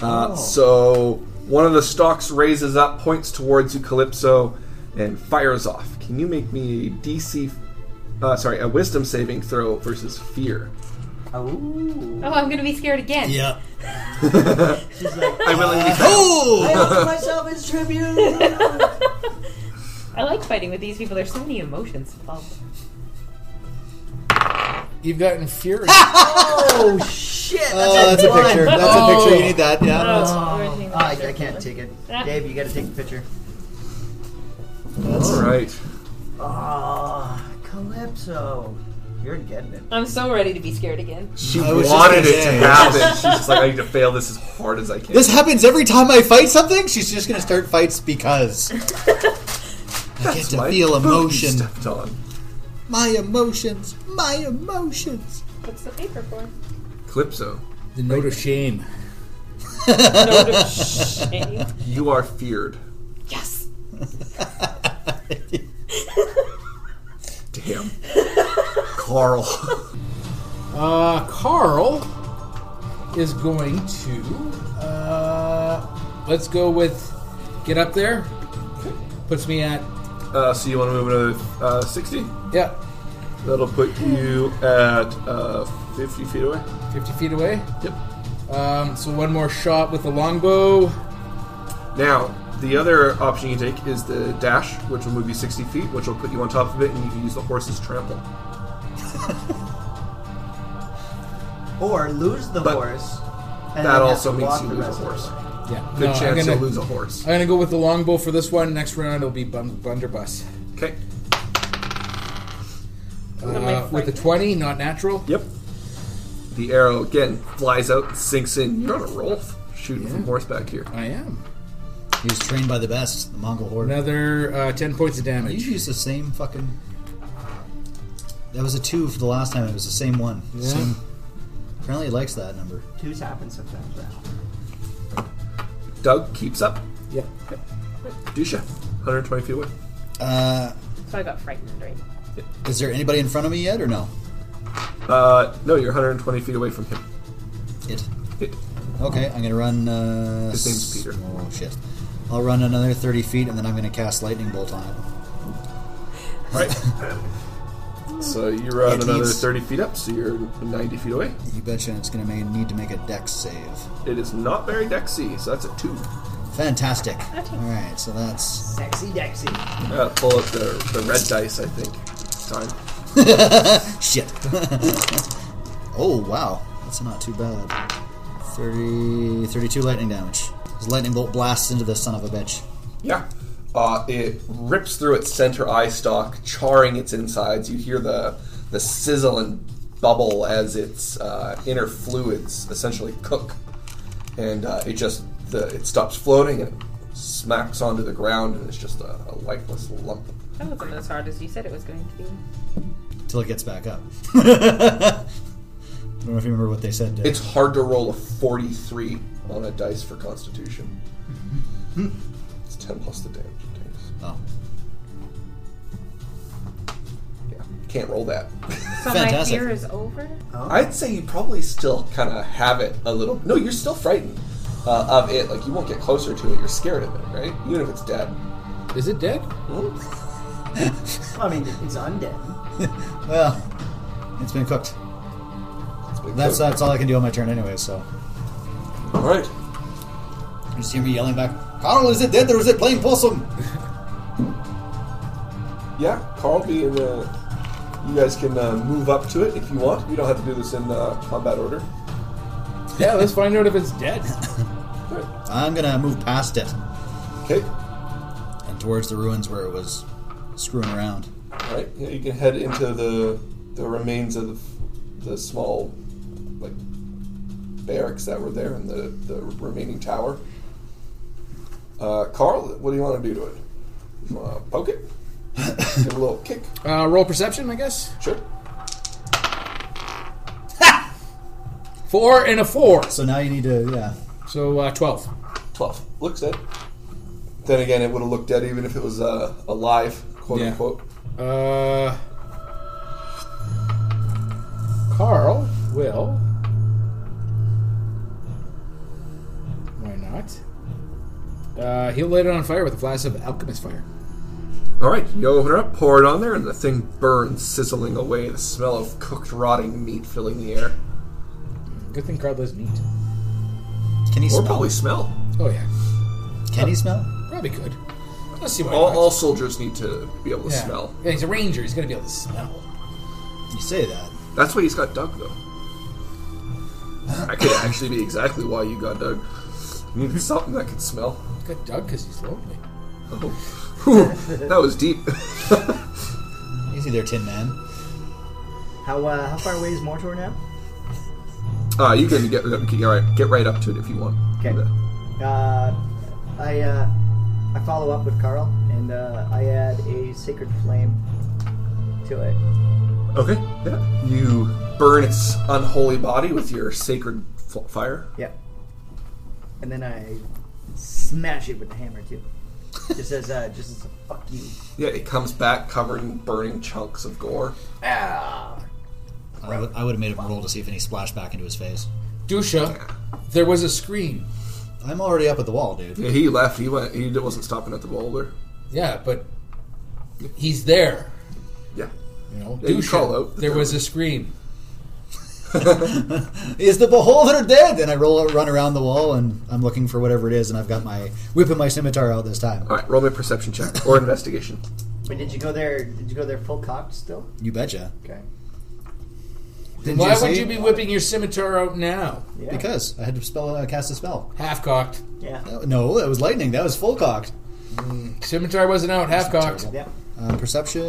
Uh, So one of the stalks raises up, points towards you, Calypso, and fires off. Can you make me a DC, uh, sorry, a Wisdom saving throw versus fear? Oh. Oh, I'm gonna be scared again. Yeah. She's like, I willingly I offer myself as tribute. I like fighting with these people. There's so many emotions involved. You've gotten fury. Oh, shit. That's Oh, that's a picture. That's a picture. You need that. Yeah. Uh, That's, Oh, I, I can't take it. Dave, you gotta take the picture. All right. Ah, Calypso. You're getting it. I'm so ready to be scared again. She I was just wanted gonna it to say. happen. She's just like, I need to fail this as hard as I can. this happens every time I fight something. She's just gonna start fights because I get to My feel booty emotion. Stepped on. My emotions. My emotions. What's the paper for? Calypso, the note of shame. Note of shame. you are feared. Yes. Damn. Carl. Uh, Carl is going to. Uh, let's go with. Get up there. Puts me at. Uh, so you want to move another uh, 60? Yeah, That'll put you at uh, 50 feet away. 50 feet away. Yep. Um, so one more shot with the longbow. Now, the other option you can take is the dash, which will move you 60 feet, which will put you on top of it, and you can use the horse's trample. Or lose the But horse. And that then also have to means walk you the lose a rest of the horse. way. Yeah. Good no, I'm chance gonna, you'll lose a horse. I'm gonna go with the longbow for this one. Next round it'll be bun- Bunderbuss. Okay. Uh, with the 20, not natural. Yep. The arrow again flies out, sinks in. You're on a roll, shooting from horseback here. I am. He was trained by the best, the Mongol horde. Another uh, 10 points of You damage. use the same fucking. That was a two for the last time. It was the same one. Same. Apparently, he likes that number. Twos happen sometimes now. Doug keeps up. Yep. Dusha, 120 feet away. Uh, So I got frightened, right? is there anybody in front of me yet, or no? Uh, no, you're 120 feet away from him. It. It. Okay, I'm gonna run. Uh, His name's s- Peter. Oh shit! I'll run another thirty feet, and then I'm gonna cast lightning bolt on it. So you run It another eats. 30 feet up, so you're 90 feet away. You betcha it's gonna ma- need to make a dex save. It is not very dexy, so that's a two. Fantastic. All right, so that's Sexy Dexy. Uh, pull up the, the red dice, I think. It's time. shit. oh wow, that's not too bad. 30, 32 lightning damage. His lightning bolt blasts into the son of a bitch. Yeah. Uh, it rips through its center eye stalk, charring its insides. You hear the the sizzle and bubble as its uh, inner fluids essentially cook, and uh, it just the, it stops floating and it smacks onto the ground, and it's just a, a lifeless lump. That wasn't as hard as you said it was going to be. Until it gets back up. I don't know if you remember what they said. Dave. It's hard to roll a forty-three on a dice for Constitution. it's ten plus the damage it takes. oh. Yeah, can't roll that. So Fantastic. my fear is over. Oh, I'd say you probably still kind of have it a little. No, you're still frightened uh, of it. Like you won't get closer to it. You're scared of it, right? Even if it's dead. Is it dead? I mean, it's undead. Well, it's been cooked. It's been That's cooked. that's all I can do on my turn anyway. So All right. you just hear me yelling back, "Carl, is it dead or is it playing possum?" Yeah, Carl, be in the. uh, You guys can uh, move up to it if you want. You don't have to do this in uh, combat order. Yeah, let's find out if it's dead. All right. I'm gonna move past it Okay. and towards the ruins where it was screwing around. All right. Yeah, you can head into the the remains of the small like barracks that were there and the the remaining tower. Uh, Carl, what do you want to do to it? You want to poke it? Give it a little kick. Uh, roll perception, I guess. Sure. Four and a four. So now you need to, yeah. So uh, twelve. Twelve. Looks dead. Then again, it would have looked dead even if it was uh, alive, quote Yeah. unquote. Uh, Carl will. Why not? Uh, he'll light it on fire with a flask of alchemist fire. All right, you open it up, pour it on there, and the thing burns, sizzling away. The smell of cooked, rotting meat filling the air, Good thing Carl doesn't eat. Can he or smell? probably uh, smell. Oh yeah, Can he smell? probably could. Let's see what. he All, finds. all soldiers need to be able to yeah. smell. Yeah, he's a ranger. He's gonna be able to smell. You say that. That's why he's got Doug, though. That could actually be exactly why you got Doug. You needed something that could smell. Got Doug because he's lonely. Whew, that was deep. Easy there, Tin Man. How uh, how far away is Mortor now? Uh, you can get all right, get right up to it if you want. Okay. Uh, I uh, I follow up with Carl, and uh, I add a sacred flame to it. Okay. Yeah. You burn its unholy body with your sacred f- fire. Yep. And then I smash it with the hammer too. Just as uh, just as a fuck you. Yeah, it comes back covered in burning chunks of gore. Ah. I would, I would have made him roll to see if any splashed back into his face. Dusha, there was a scream. I'm already up at the wall, dude. Yeah, he left. He went. He wasn't stopping at the boulder. Yeah, but he's there. Yeah. You know, Yeah, you Dusha, call out. There was a scream. Is the beholder dead? And I roll, run around the wall, and I'm looking for whatever it is, and I've got my whip and my scimitar out this time. All right. Roll me a perception check or investigation. But did you go there? Did you go there full cocked still? You betcha. Okay. Didn't Why see? would you be whipping your scimitar out now? Yeah. Because I had to spell, uh, cast a spell. Oh, Half cocked. Yeah. No, that was lightning. That was full cocked. Scimitar wasn't out. Half cocked. Yeah. Uh, perception.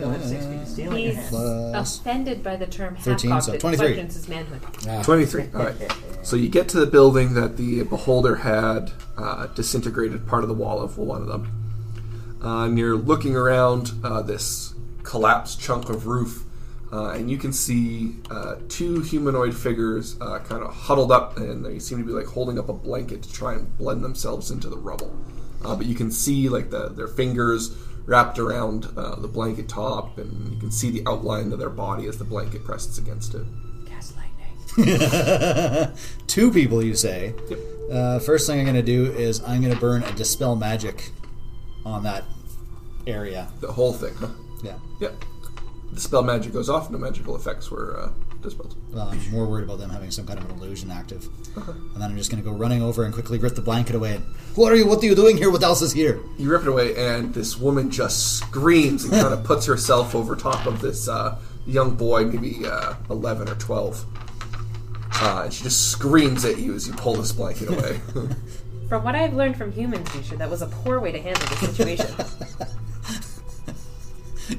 Don't have six feet of steel in your He's hand. Plus- offended by the term half 13, so cocked. 23. his manhood. Twenty-three. All right. So you get to the building that the beholder had uh, disintegrated part of the wall of one of them, uh, and you're looking around uh, this collapsed chunk of roof, uh, and you can see uh, two humanoid figures uh, kind of huddled up, and they seem to be like holding up a blanket to try and blend themselves into the rubble. Uh, but you can see like the, their fingers wrapped around uh, the blanket top, and you can see the outline of their body as the blanket presses against it. Two people, you say. Uh, first thing I'm going to do is I'm going to burn a dispel magic on that area. The whole thing. Huh? Yeah. Yep. The spell magic goes off, no magical effects were uh, dispelled. Well, I'm um, more worried about them having some kind of an illusion active. And then I'm just going to go running over and quickly rip the blanket away. And, what are you? What are you doing here? What else is here? You rip it away, and this woman just screams and kind of puts herself over top of this uh, young boy, maybe uh, 11 or 12. Uh, and she just screams at you as you pull this blanket away. From what I've learned from humans, Future, that was a poor way to handle the situation.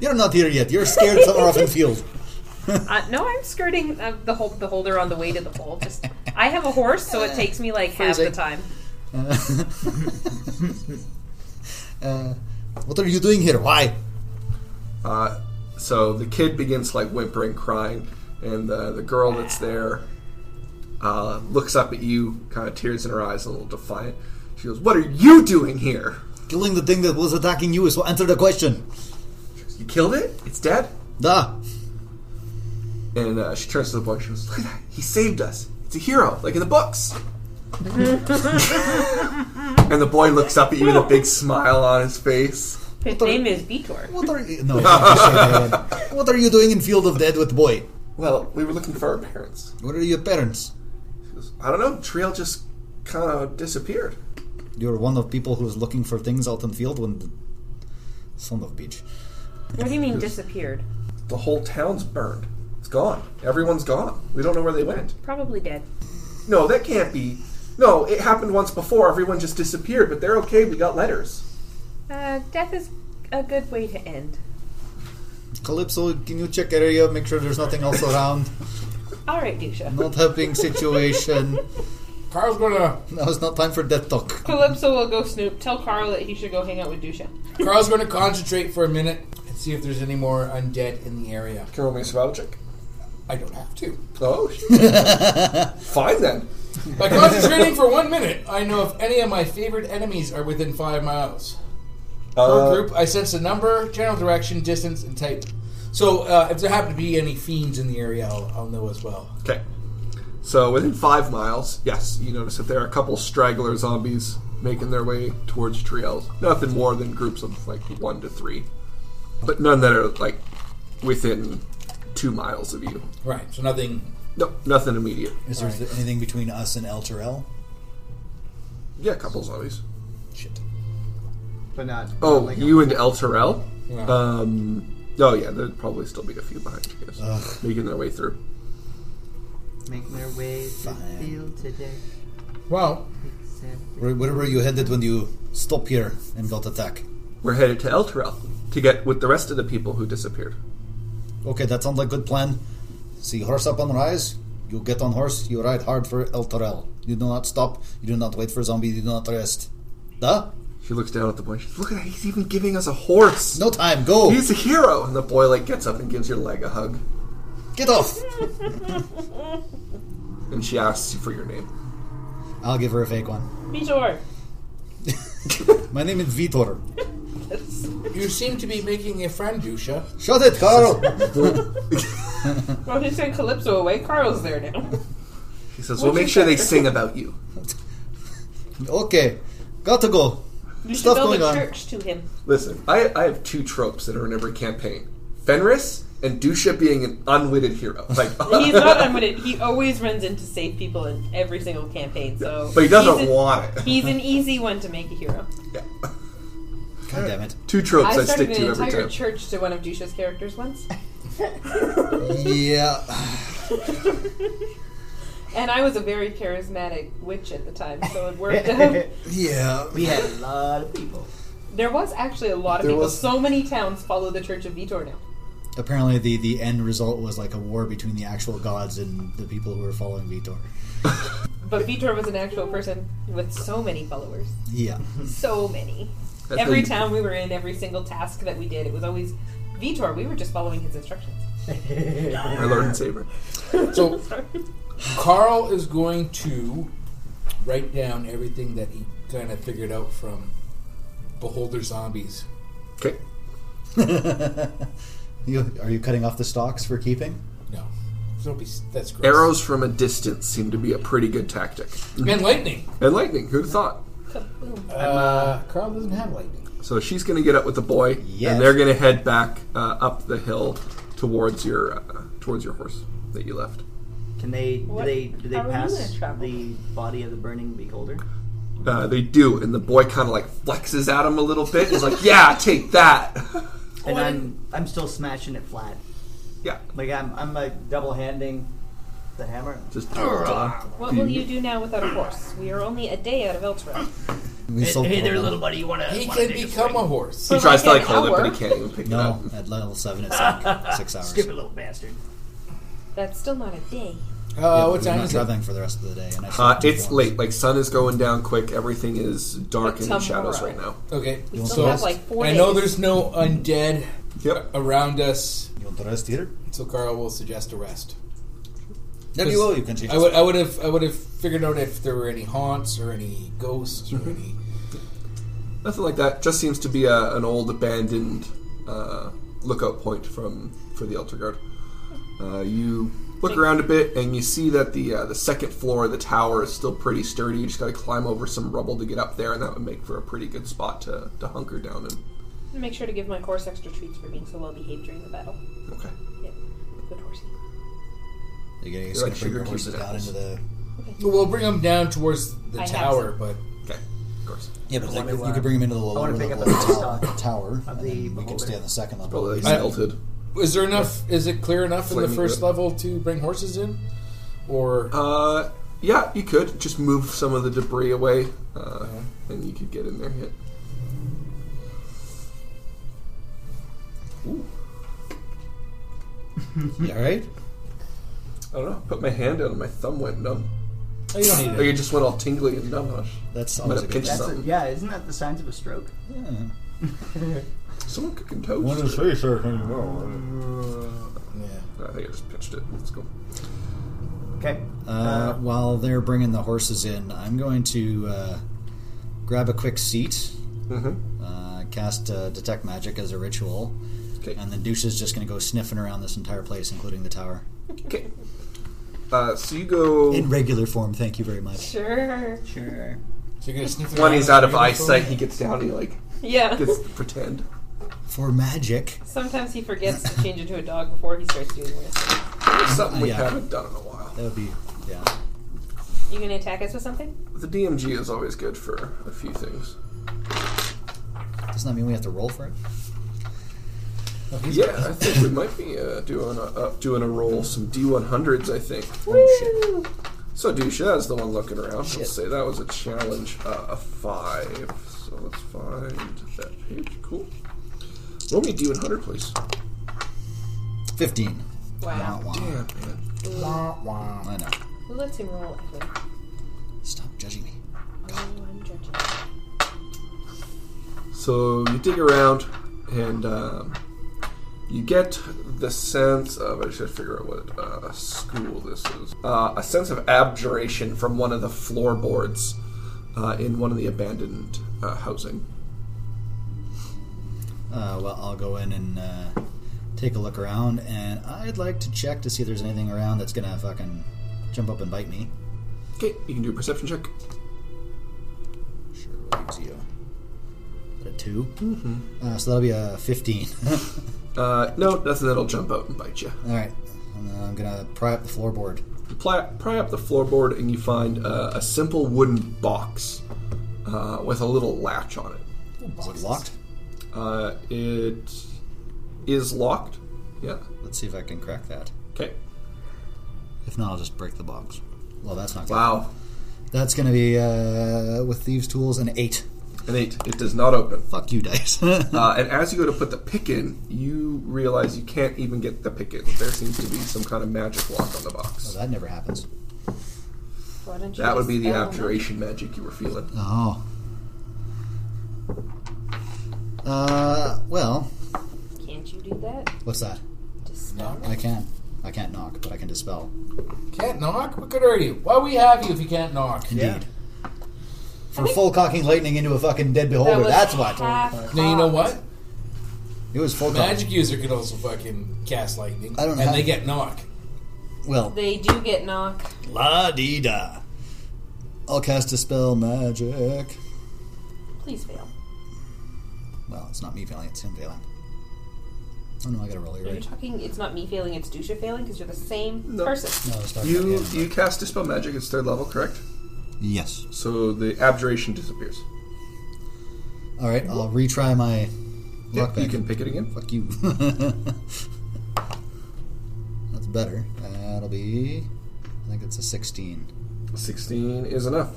You're not here yet. You're scared somewhere off in the field. uh, no, I'm skirting uh, the hol- the holder on the way to the pole. Just I have a horse, so it takes me like half the Phrasing. time. Uh, what are you doing here? Why? Uh, so the kid begins like whimpering, crying, and the the girl that's there uh, looks up at you, kind of tears in her eyes, a little defiant. She goes, "What are you doing here? Killing the thing that was attacking you is what answer the question. You killed it? It's dead." Duh. And uh, she turns to the boy. She goes, "Look at that! He saved us. It's a hero, like in the books." and the boy looks up at you with a big smile on his face. His name is Vitor. What are you? No. I shake my head. what are you doing in Field of Dead with boy? Well, we were looking for our parents. Where are your parents? I don't know. Trail just kind of disappeared. You're one of people who's looking for things out in field when the son of beach. What do you mean disappeared? The whole town's burned. It's gone. Everyone's gone. We don't know where they went. Probably dead. No, that can't be. No, it happened once before. Everyone just disappeared, but they're okay. We got letters. Uh, death is a good way to end. Calypso, can you check area, make sure there's nothing else around? All right, Dusha. Not helping situation. Carl's gonna Now it's not time for death talk. Calypso will go snoop. Tell Carl that he should go hang out with Dusha. Carl's gonna concentrate for a minute and see if there's any more undead in the area. Can I roll me a survival check? I don't have to. Oh, shit. fine then. By concentrating for one minute, I know if any of my favorite enemies are within five miles. Per Uh, group, I sense the number, general direction, distance, and type. So uh, if there happen to be any fiends in the area, I'll, I'll know as well. Okay. So within five miles, yes, you notice that there are a couple straggler zombies making their way towards trails. Nothing more than groups of like one to three, but none that are like within two miles of you. Right. So nothing. No, nothing immediate. Is there anything between us and El Terrell? Yeah, a couple zombies. Shit. But not. Oh, like you and El Terrell? Yeah. Um, oh yeah, there'd probably still be a few behind you guys making their way through. Make their way to the field today. Well, Except Where, where were you headed when you stopped here and got attacked? We're headed to El Terrell to get with the rest of the people who disappeared. Okay, that sounds like a good plan. See horse up on rise. You get on horse. You ride hard for El Terrell. You do not stop. You do not wait for zombie. You do not rest. Duh. She looks down at the boy. She says, "Look at that! He's even giving us a horse. No time. Go. He's a hero!" And the boy like gets up and gives your leg a hug. Get off. And she asks you for your name. I'll give her a fake one. Vitor. My name is Vitor. you seem to be making a friend, Dusha. Shut it, Carl. Well, he sent Calypso away. Carl's there now. She says, "Well, make sure they sing about you." okay. Gotta go. You should Stuff build going a on. church to him. Listen, I, I have two tropes that are in every campaign: Fenris and Dusha being an unwitted hero. Like He's not unwitted. He always runs into safe people in every single campaign. So, But he he's doesn't an- want it. He's an easy one to make a hero. Yeah. God damn it. Two tropes I, I started stick to an every entire time. church to one of Dusha's characters once, Yeah. and I was a very charismatic witch at the time, so it worked out. Yeah. We had a lot of people. There was actually a lot of There people. was- So many towns follow the Church of Vitor now. Apparently, the, the end result was like a war between the actual gods and the people who were following Vitor. But Vitor was an actual person with so many followers. Yeah. Hmm. So many. That's how every you- town we were in, every single task that we did, it was always Vitor. We were just following his instructions. My Lord and Savior. So Carl is going to write down everything that he kind of figured out from Beholder Zombies. Okay. You, are you cutting off the stalks for keeping? No, don't be. That's gross. Arrows from a distance seem to be a pretty good tactic. and lightning. And lightning, who'd have thought? Uh, Carl doesn't have lightning. So she's going to get up with the boy, Yes. and they're going to head back uh, up the hill towards your uh, towards your horse that you left. Can they do What? they do they How are we pass gonna travel? Oh, the body of the burning beholder? Uh, they do, and the boy kind of like flexes at him a little bit. He's like, "Yeah, take that." And I'm I'm still smashing it flat. yeah, Like I'm I'm like double handing The hammer. Just What will you do now without a horse? We are only a day out of Eltra. We sold Hey there, Corvus. little buddy. You wanna? He wanna can take a become swing? a horse. He tries to like Like an hold it, but he hour? can't even pick it up. No, at level seven, it's like six hours. Stupid little bastard. That's still not a day. Uh, Yeah, what we're time not is it? traveling for the rest of the day, and I Uh, slept till it's four. late. Like sun is going down quick. Everything is dark and in shadows tomorrow. right now. Okay, We still so have, like, four I know days. there's no undead Yep. around us, You want to rest either? so Carl will suggest a rest. No, you will. You can change. I would, I would have, I would have figured out if there were any haunts or any ghosts or any. Nothing like that. Just seems to be a, an old abandoned uh, lookout point from for the Elder Guard. Uh, you look around a bit and you see that the uh, the second floor of the tower is still pretty sturdy. You just got to climb over some rubble to get up there, and that would make for a pretty good spot to, to hunker down in. Make sure to give my horse extra treats for being so well behaved during the battle. Okay. Yep. Good horsey. You're gonna- you're They're gonna like bring sugar your cubes horses and down apples. into the. We'll bring them down towards the I have tower, but Okay. Of course. Yeah, but like, wanna, you uh, could bring them into the lower I wanna pick up level the tower. stock tower of and the then we beholder. can stay on the second level. Probably At least. melted. is there enough? Is it clear enough in the Flaming first whip. level to bring horses in, or Uh, yeah, you could just move some of the debris away, uh, and you could get in there. Hit. Yeah, all right. I don't know. Put my hand down, and my thumb went numb. oh, you don't Like need it it? just went all tingly and numb. I was- That's I'm always gonna a pinch good. That's a, something. yeah, isn't that the signs of a stroke? Someone cooking toast. say, sir? Yeah. I think I just pinched it. Let's go. Okay. Uh, while they're bringing the horses in, I'm going to uh, grab a quick seat, Mm-hmm. uh, cast uh, detect magic as a ritual, Okay. and then Deuce is just going to go sniffing around this entire place, including the tower, Okay. Uh, so you go. in regular form. Thank you very much. Sure. Sure. So you're gonna sniff it when around he's out of and eyesight, he gets down. He like Yeah. gets to pretend. For magic, Sometimes he forgets to change into a dog before he starts doing this. Something we Yeah. haven't done in a while. that would be yeah. You gonna attack us with something? The DMG is always good for a few things. Doesn't that mean we have to roll for it? Yeah, I think we might be uh, doing a, uh, doing a roll some D100s. I think. Oh shit! So Dusha that's the one looking around. Let's say that was a challenge, uh, a five. So let's find that page. Cool. Roll me a D100, please. Fifteen. Wow. Wah, wah. Damn, man. I know. Who lets him roll ever? Stop judging me. Oh, I'm judging. So you dig around, and um, you get the sense of I should figure out what uh, school this is. Uh, a sense of abjuration from one of the floorboards uh, in one of the abandoned uh, housing. Uh, well, I'll go in and uh, take a look around, and I'd like to check to see if there's anything around that's gonna fucking jump up and bite me. Okay, you can do a perception check. Sure, what gives you? Is that a 2 Mm-hmm. Uh, so that'll be a fifteen. Uh, no, nothing that'll jump out and bite you. All right, and then I'm gonna pry up the floorboard. pry, pry up the floorboard and you find uh, a simple wooden box uh, with a little latch on it. Is it locked? Uh, it is locked. Yeah. Let's see if I can crack that. Okay. If not, I'll just break the box. Well, that's not good. Wow. That's gonna be uh, with thieves' tools an eight. An eight. It does not open. Fuck you, dice. Uh, and as you go to put the pick in, you realize you can't even get the pick in. There seems to be some kind of magic lock on the box. Oh, that never happens. Why don't you That would just be the spell him? abjuration magic you were feeling. Oh. Uh, well, Can't you do that? what's that? Dispel I can. I can't knock, but I can dispel. Can't knock. What good are you? Why we have you if you can't knock? Indeed. For full cocking lightning into a fucking dead beholder, that's what. half Now you know what? It was full Magic user can also fucking cast lightning, I don't and have- they get knock. cock. Well, They do get knocked. la dee da. I'll cast a spell magic. Please fail. Well, it's not me failing, it's him failing. Oh no, I gotta roll, you're Are you right. talking? It's not me failing. It's Dusha failing because you're the same No. person. No, it's not You that you cast dispel magic. It's third level, correct? yet. Yes. So the abjuration disappears. Alright, I'll retry my Yeah, luck you back. can pick it again. Fuck you. That's better. That'll be I think it's a 16. 16 is enough.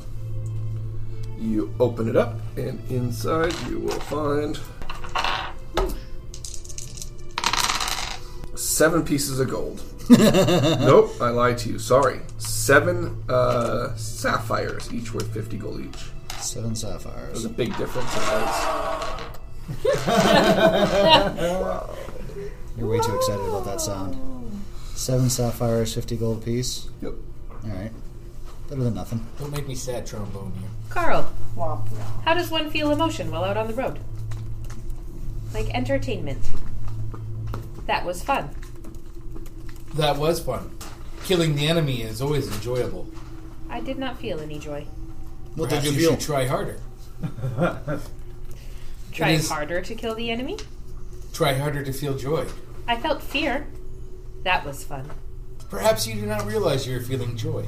You open it up, and inside you will find seven pieces of gold. nope, I lied to you. Sorry. Seven uh, sapphires, each worth 50 gold each. Seven There's sapphires. a big difference in those. You're way too excited about that sound. Seven sapphires, 50 gold piece. Yep. All right. Better than nothing. Don't make me sad, trombone. You. Carl, how does one feel emotion while out on the road? Like entertainment. That was fun. That was fun. Killing the enemy is always enjoyable. I did not feel any joy. What Perhaps did you you feel? should try harder. Try is- harder to kill the enemy. Try harder to feel joy. I felt fear. That was fun. Perhaps you do not realize you're feeling joy.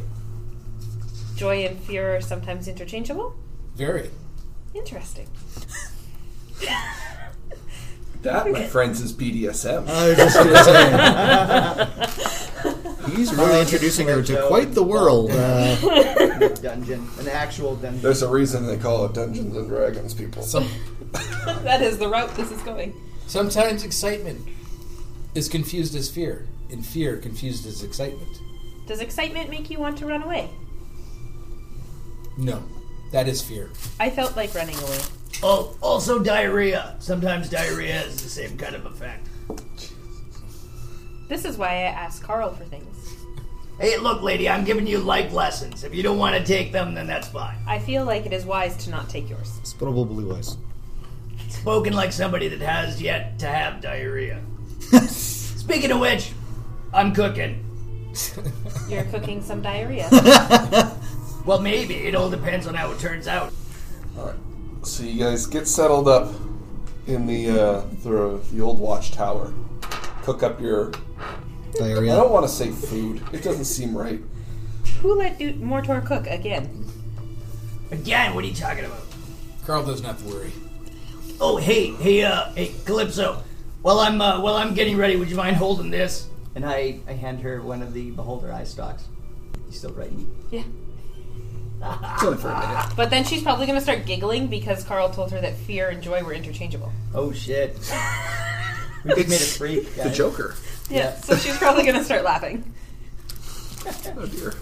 Joy and fear are sometimes interchangeable. Very. Interesting. That, my friends, is BDSM. I was just gonna say. He's really introducing her to quite the world. Uh, dungeon, an actual dungeon. There's a reason they call it Dungeons and Dragons, people. Some, that is the route this is going. sometimes excitement is confused as fear, and fear confused as excitement. Does excitement make you want to run away? No, that is fear. I felt like running away. Oh, also diarrhea. Sometimes diarrhea has the same kind of effect. This is why I asked Carl for things. Hey, look, lady, I'm giving you life lessons. If you don't want to take them, then that's fine. I feel like it is wise to not take yours. it's blue eyes. Spoken like somebody that has yet to have diarrhea. Speaking of which, I'm cooking. You're cooking some diarrhea. Well, maybe. It all depends on how it turns out. Alright. So you guys get settled up in the uh, the, the old watchtower. Cook up your. I Diarrhea. don't want to say food. It doesn't seem right. Who let du- Mortor cook again? Again, what are you talking about? Carl doesn't have to worry. Oh, hey, hey, uh, hey, Calypso. While I'm, uh, while I'm getting ready, would you mind holding this? And I, I hand her one of the beholder eye stalks. You still writing? Yeah. It's only for a minute. But then she's probably going to start giggling because Carl told her that fear and joy were interchangeable. Oh shit. we just made a freak. The guys. Joker. Yeah. So she's probably going to start laughing. Oh dear.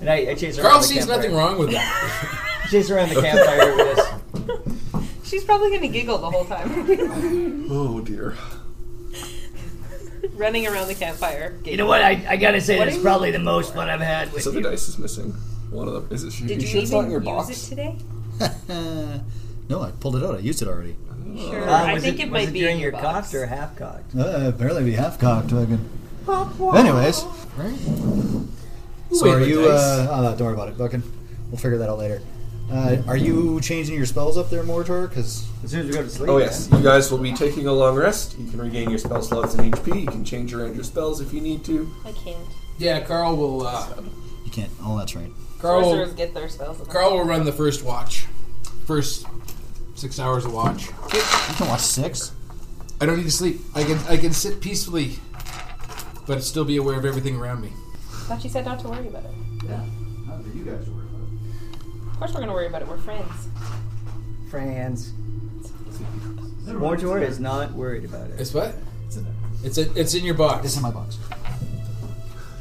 And I, I chase her Carl around the sees campfire. nothing wrong with that. Chase her around the campfire with this. She's probably going to giggle the whole time, Oh dear. running around the campfire. You know what? I, I gotta say, What that's are you- probably the most fun I've had with So the you. dice is missing. One of them. Is it? Did you, you sure it's even not in your use box? it today? Uh, no, I pulled it out. I used it already. Sure. Uh, I was think it, was might be during in your your box. cocked or half cocked. Uh, apparently, we half cocked. fucking- Anyways, so Wait, are but you? dice. Uh, uh, don't worry about it. Fucking, we'll figure that out later. Uh, are you changing your spells up there, Morator? Because As soon as we go to sleep. Oh yes. You guys will be taking a long rest. You can regain your spell slots and HP. You can change around your spells if you need to. I can't. Yeah, Carl will. Uh, you can't. Oh, that's right. Carl. will- Sorcerers get their spells. and Carl will run the first watch. First six hours of watch. You can watch six. I don't need to sleep. I can I can sit peacefully, but still be aware of everything around me. I thought she said not to worry about it. Yeah. How do you guys worry about it? Of course, we're going to worry about it. We're friends. Franz. Mortor is not worried about it. It's what? It's a, it's in your box. It's in my box.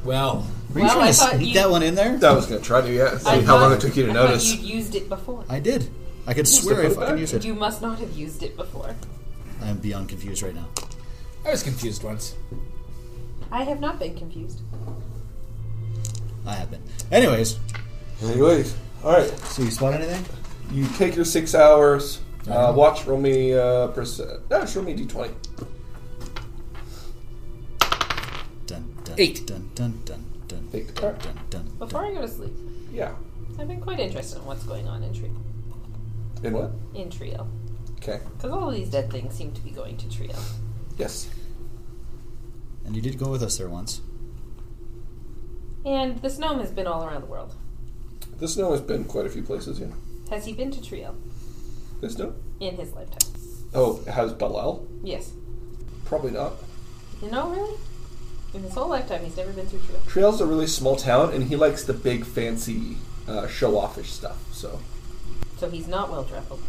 Well, Were you Well, I trying to thought sneak you- that one in there? I was gonna try to yeah. See how long it took you to I notice. Thought you'd used it before. I did. I could put swear I it fucking back? used it. You must not have used it before. I'm beyond confused right now. I was confused once. I have not been confused. I have been. Anyways, Anyways. Alright. so you spot anything? You take your six hours. Uh, watch, roll me uh, percent. No, just roll me d20. Dun, dun, Eight. Dun, dun, dun, dun, Eight. dun, dun, dun. Before I go to sleep, Yeah. I've been quite interested in what's going on in Trio. In what? In Trio, Okay. because all of these dead things seem to be going to Trio. Yes. And you did go with us there once. And this gnome has been all around the world. The snow has been quite a few places, yeah. Has he been to Trio This snow? in his lifetime? Oh, it has Belal? Yes. Probably not. No, really? In his whole lifetime, he's never been through Trill. Trail's a really small town, and he likes the big, fancy, uh, show-offish stuff. So, So he's not well traveled.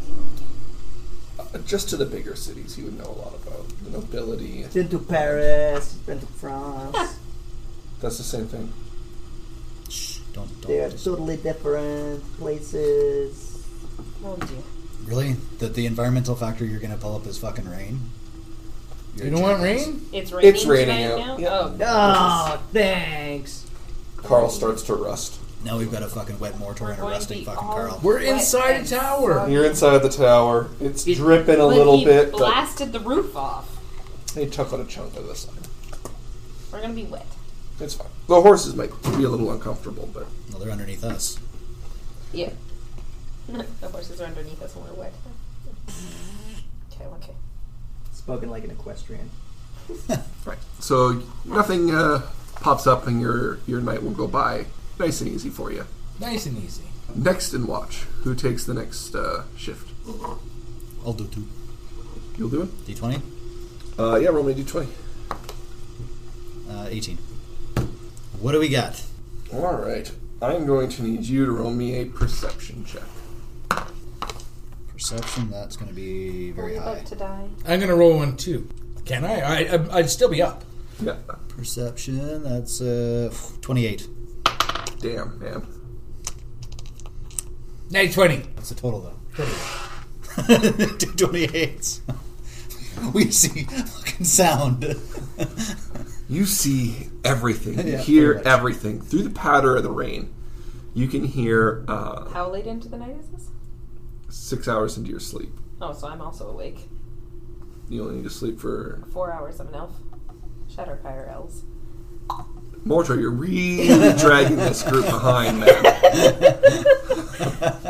uh, just to the bigger cities, he would know a lot about the nobility. Been to Paris, been to France. That's the same thing. Shh, don't, they are don't. totally different places. Oh dear. Really? That the environmental factor you're going to pull up is fucking rain? You're You a don't want jackass. rain? It's raining. It's raining tonight out. Now? Yeah. Oh, Oh, thanks. Carl starts to rust. Now we've got a fucking wet moratorium We're going arresting to fucking all- Carl. We're Wet inside a and tower. soggy. You're inside the tower. It's It- dripping a but little he bit, but Blasted the roof off. he took out a chunk of this side. We're gonna be wet. It's fine. The horses might be a little uncomfortable, but No, they're underneath us. Yeah. the horses are underneath us when we're wet. Okay. Okay. Spoken like an equestrian. right. So nothing uh, pops up, and your your night will go by nice and easy for you. Nice and easy. Next in watch, who takes the next uh, shift? Uh-huh. I'll do two. You'll do it. D20? Uh, yeah, roll me d twenty. Uh, 18. What do we got? All right. I'm going to need you to roll me a perception check. Perception, that's going to be very We're high. about to die. I'm gonna roll one too. Can I? I, I I'd still be up. Yeah. Perception, that's uh, 28. Damn, man. Night twenty. What's the total, though? 28. we see fucking sound. You see everything. You Yeah, hear pretty much. everything through the patter of the rain. You can hear uh, How late into the night is this? six hours into your sleep. Oh, so I'm also awake. You only need to sleep for Four hours. I'm an elf. Shatter IRLs. Mortar, you're really dragging this group behind, man.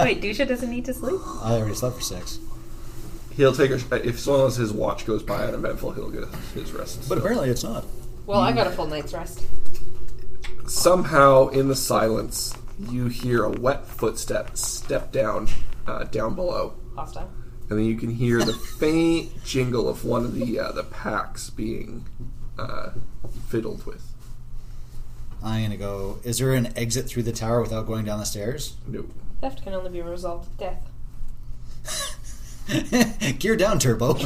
Wait, Dusha doesn't need to sleep. I already slept for six. He'll take a sh- if as long as his watch goes by uneventful, he'll get his rest. But So apparently it's not. Well, I got a full night's rest. somehow, in the silence, you hear a wet footstep step down, uh, down below, Hostile. and then you can hear the faint jingle of one of the uh, the packs being uh, fiddled with. I'm going to go. Is there an exit through the tower without going down the stairs? Nope. Theft can only be resolved with death. Gear down, Turbo. No,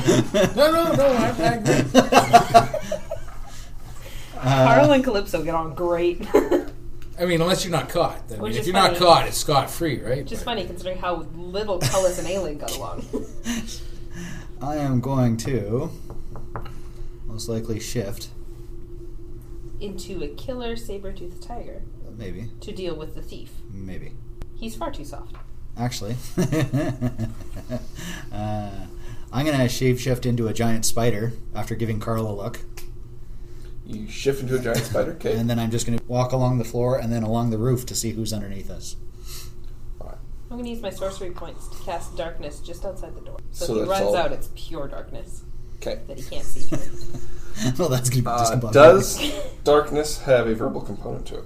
no, no. I, I agree. Uh, Carl Uh. and Calypso get on great. Which I mean, unless you're not caught. I mean, Which if is you're not funny. caught, it's scot free, right? is But- funny considering how little Cullis and Aileen got along. I am going to most likely shift, Into a killer saber-toothed tiger maybe, to deal with the thief. maybe. He's far too soft. Actually, uh, I'm gonna shave shift into a giant spider after giving Carl a look, You shift into a giant spider. Okay. and then I'm just gonna walk along the floor and then along the roof to see who's underneath us. I'm gonna use my sorcery points to cast darkness just outside the door. So, So if he that's runs all- out, it's pure darkness Okay. that he can't see through. well, that's gonna be Uh, discombobulating. does darkness have a verbal component to it?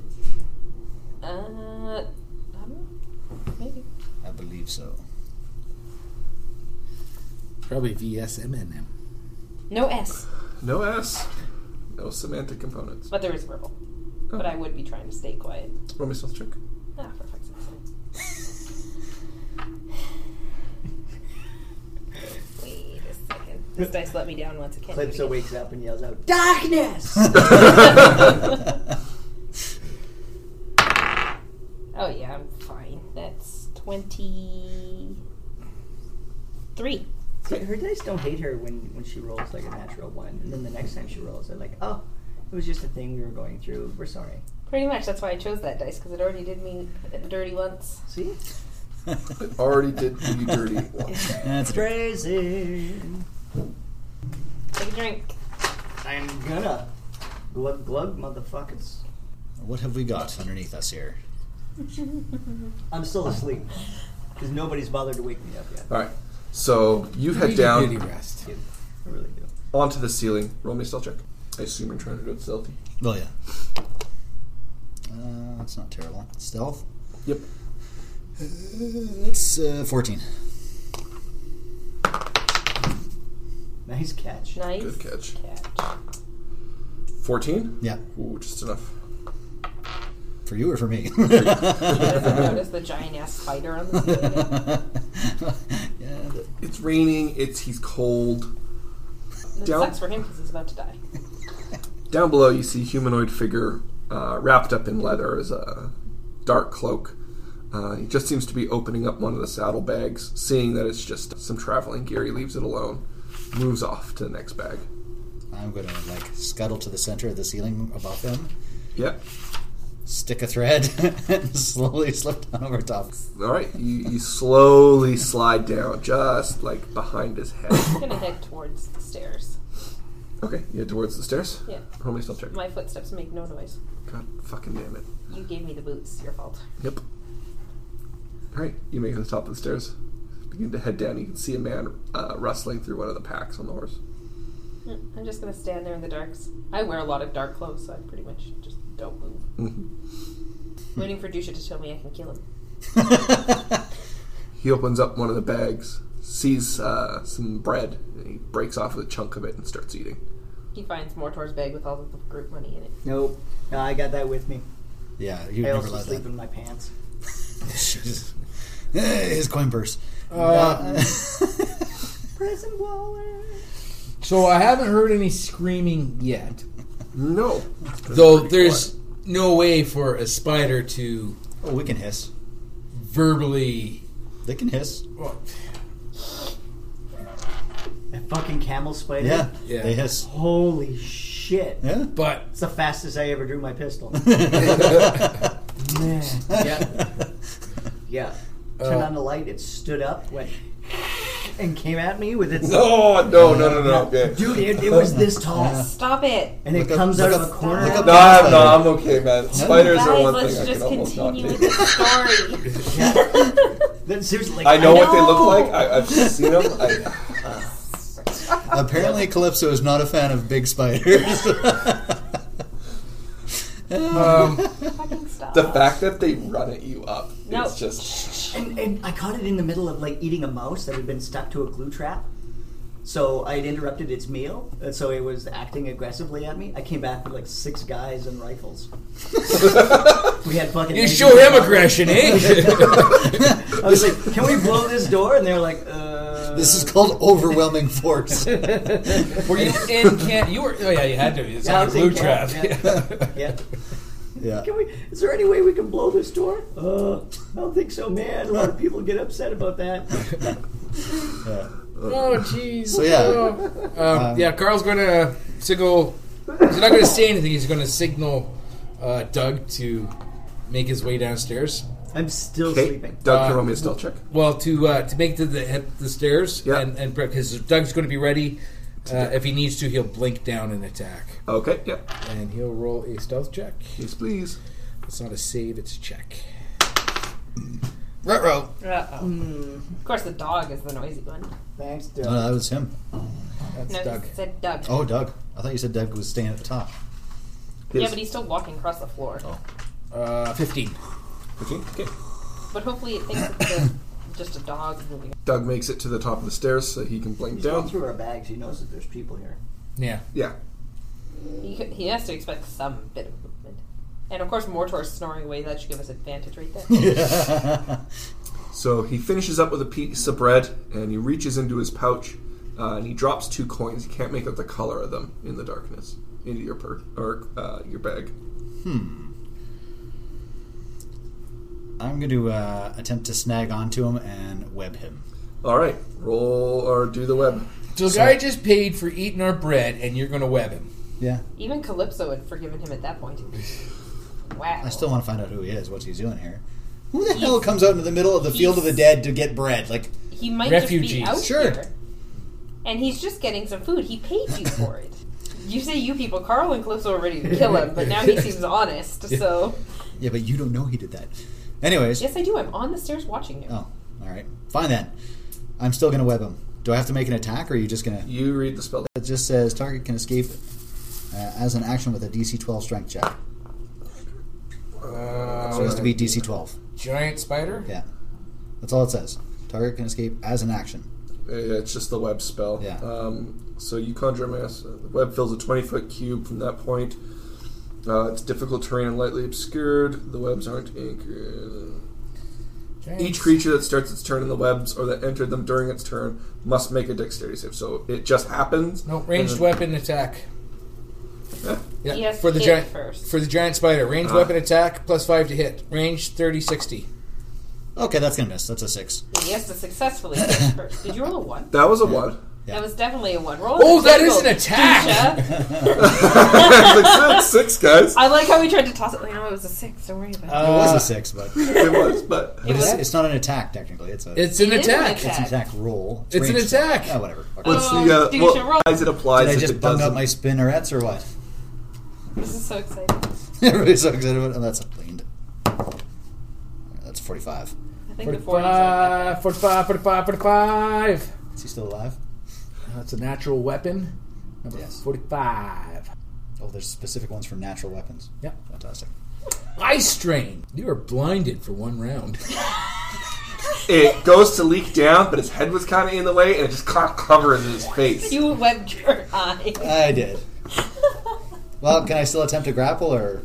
uh, I don't know. Maybe. I believe so. Probably VSMNM. No S, No S. No semantic components. but there is verbal. But I would be trying to stay quiet. Roll me stealth check. Ah, for fuck's sake. Wait a second. This dice let me down once again. Calypso wakes up and yells out, Darkness! Oh yeah, I'm fine. That's twenty-three. See, her dice don't hate her when, when she rolls like a natural one, and then the next time she rolls, they're like, "Oh, it was just a thing we were going through. We're sorry." Pretty much. That's why I chose that dice because it already did me dirty once. See, It already did do you dirty. once. That's a crazy. Take a drink. I'm gonna glug glug, motherfuckers. What have we got underneath us here? I'm still asleep because nobody's bothered to wake me up yet. All right. So you head Beauty down rest. I really do. onto the ceiling. Roll me a stealth check. I assume you're trying to do it stealthy. Well, yeah. Uh, that's not terrible. Stealth. Uh, Yep. That's uh, 14. Nice catch. Nice Good catch. catch. 14? Yeah. Ooh, just enough. For you or for me? Notice the giant ass spider on the ceiling. It's raining, it's he's cold. It Don't- sucks for him because he's about to die. Down below, you see humanoid figure uh, wrapped up in leather as a dark cloak. Uh, he just seems to be opening up one of the saddlebags, seeing that it's just some traveling gear. He leaves it alone, moves off to the next bag. I'm gonna like scuttle to the center of the ceiling above them, Yep. stick a thread, and slowly slip down over top. All right. You, you slowly slide down, just like behind his head. I'm gonna head towards the stairs. Okay. You head towards the stairs. Yeah. Roll me a stealth check. My footsteps make no noise. God fucking damn it. You gave me the boots. Your fault. Yep. All right, you make it to the top of the stairs. Begin to head down. You can see a man uh, rustling through one of the packs on the horse. Mm, I'm just gonna stand there in the darks. I wear a lot of dark clothes, so I pretty much just don't move. Mm-hmm. Waiting for Dusha to tell me I can kill him. He opens up one of the bags, sees uh, some bread, and he breaks off a chunk of it and starts eating. He finds Mortor's bag with all of the group money in it. Nope. No, I got that with me. Yeah, you I never also let sleep that. in my pants. Jesus. Eh, His coin purse. Uh, Prison wallet. so I haven't heard any screaming yet. No, Though there's no way for a spider to Oh, we can hiss. verbally. They can hiss. Well, That fucking camel spider. Yeah, Yeah. they hiss. Holy shit. Yeah. but It's the fastest I ever drew my pistol. Man. yeah, Yeah. Oh. Turned on the light, it stood up, went and came at me with its no, no, no, no, no. Okay. Dude, it, it was this tall. Stop it! And it Look up- comes look out of up- a corner. look up- No, I'm, no, I'm okay, man. Spiders are Guys, one thing let's I can just almost not continue do. with the story. Then seriously, I like, know what they know. look like. I, I've seen them. I, Apparently, Calypso is not a fan of big spiders. Fucking stop. the fact that they run at you up No. is just. And, and I caught it in the middle of like eating a mouse that had been stuck to a glue trap. So I had interrupted its meal, and so it was acting aggressively at me. I came back with like six guys and rifles. we had fucking. you show him aggression, eh? I was like, "Can we blow this door?" And they were like, uh, this is called overwhelming force. were you in camp? You were. Oh yeah, you had to. It's Yeah, I on a was glue in trap. camp, yeah. Yeah. Can we? Is there any way we can blow this door? Uh, I don't think so, man. A lot of people get upset about that." Oh jeez. So yeah, Um, yeah, Carl's going to signal. He's not going to say anything. He's going to signal uh, Doug to make his way downstairs. I'm still Okay, sleeping. Doug, can you roll me a stealth check? Well, to uh, to make to the head the stairs Yeah. and and because Doug's going to be ready. Uh, if he needs to, he'll blink down and attack, Okay, yep. and he'll roll a stealth check. Yes, please. It's not a save; it's a check. Retro. Uh-oh. Of course, the dog is the noisy one. Thanks, dude. No, that was him. That's No, Doug. it said Doug. Oh, Doug. I thought you said Doug was staying at the top. Yeah, His- but he's still walking across the floor. Oh. Uh, Fifteen. okay. okay. But hopefully, it thinks it's a, just a dog moving. Doug makes it to the top of the stairs so he can blink He's going down. through our bags. He knows that there's people here. Yeah. Yeah. He, could- he has to expect some bit of movement. And of course, Mortor's snoring away. That should give us advantage right there. So he finishes up with a piece of bread and he reaches into his pouch uh, and he drops two coins. He can't make out the color of them in the darkness into your per- or uh, your bag. I'm going to uh, attempt to snag onto him and web him. All right, roll or do the web. So the guy just paid for eating our bread, and you're going to web him. Yeah. Even Calypso had forgiven him at that point. Wow. I still want to find out who he is, what he's doing here. Who the hell comes out into the middle of the field of the dead to get bread? Like, he might just be Refugees. out Sure. here. And he's just getting some food. He paid you for it. You say you people, Carl and Calypso are ready to kill him, but now he seems honest, so. yeah, but you don't know he did that. Anyways. Yes, I do. I'm on the stairs watching you. Oh, all right. Fine then. I'm still going to web him. Do I have to make an attack, or are you just going to? You read the spell. It just says target can escape uh, as an action with a DC 12 strength check. So it has to be DC 12. Giant spider. Yeah. That's all it says. Target can escape as an action. Yeah, yeah, it's just the web spell. Yeah. Um, so you conjure a mass. uh, The web fills a 20 foot cube from that point. Uh, it's difficult terrain and lightly obscured. The webs aren't anchored. Each creature that starts its turn in the webs or that entered them during its turn must make a dexterity save. So it just happens. No ranged And then- weapon attack. Yeah. Yeah, He has Oh. for the to hit giant first. for the giant spider. Ranged Ah. weapon attack plus five to hit. Range 30, 60. Okay, that's gonna miss. That's a six. And he has to successfully hit it first. Did you roll a one? That was a one. That was definitely a one. Roll Oh, a that single, is an attack! Keisha. It's like six, six guys. I like how we tried to toss it. Like, no, it was a six. Don't worry about it. it was a six, but It was, but it Uh, it's, was, it's not an attack technically. It's a It's an It is an attack. attack. it's an attack roll. It's an ranged. attack. Yeah, whatever. Okay. what's Oh, the uh, dude, you should roll. well, guys? It applies Did I if just it bung up doesn't. my spinnerets or what? this is so exciting. Everybody's so excited about. Oh, that's a cleaned. That's forty-five. I think the four. Uh, 45, 45, 45. Is he still alive? That's a natural weapon. Number Yes. 45. Oh, there's specific ones for natural weapons. Yep. Fantastic. Eye strain. You are blinded for one round. It goes to leak down, but his head was kind of in the way, and it just kind of covers his face. You webbed your eye. I did. well, can I still attempt to grapple, or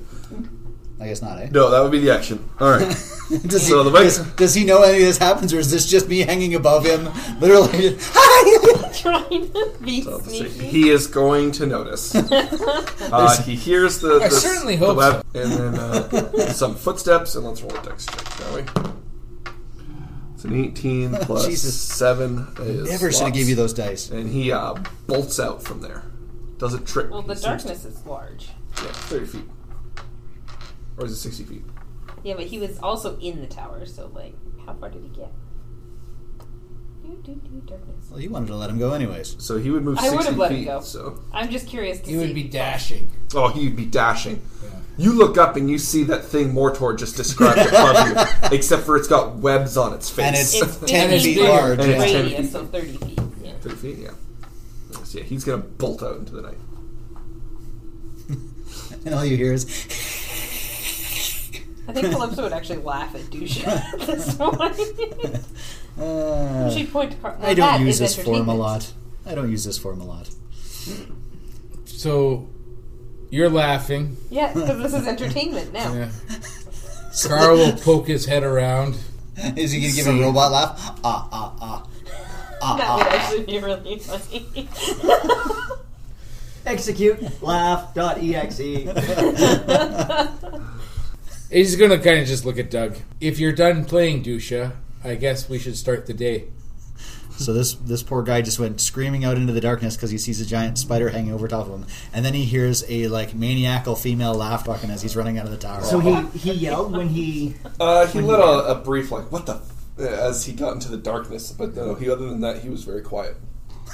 I guess not, eh? No, that would be the action. All right. does, he, So the way- does, does he know any of this happens, or is this just me hanging above him, literally? Hi! Trying to be Let's see. sneaky. He is going to notice. uh, he hears the, the, certainly the hope web and then uh, some footsteps, and let's roll a dex check, shall we? It's an 18 plus Jesus. 7 Never is. should have lots. gave you those dice. And he uh, bolts out from there. Doesn't trip. Well, the He seems to- darkness is large. Yeah, 30 feet. Or is it 60 feet? Yeah, but he was also in the tower, so like, how far did he get? Do, do, do, darkness. Well, you wanted to let him go anyways. So he would move I 60 would've let him feet. go. So. I'm just curious to You see. would be dashing. Oh, he'd be dashing. You look up and you see that thing Mortor just described above you, except for it's got webs on its face. And it's, It's 10 bigger. feet It's large. bigger. yeah. It's 10 radius, feet. so 30 feet. Yeah. Three feet, yeah. So, yeah, he's gonna bolt out into the night. And all you hear is, I think Calypso would actually laugh at Dusha this one. uh, She'd point to Car- I don't use this this form a lot. I don't use this form a lot. So, you're laughing. Yeah, because this is entertainment now. Yeah. Carl will poke his head around. Is he going to give a robot laugh? Ah, ah, ah. That would actually be really funny. Execute E laugh.exe. He's gonna kind of just look at Doug. If you're done playing, Dusha, I guess we should start the day. So this this poor guy just went screaming out into the darkness because he sees a giant spider hanging over top of him, and then he hears a like maniacal female laugh talking as he's running out of the tower. So Uh-huh. he, he yelled when he. Uh, he let a, a brief like, "What the?" F-, as he got into the darkness, but no, he other than that, he was very quiet.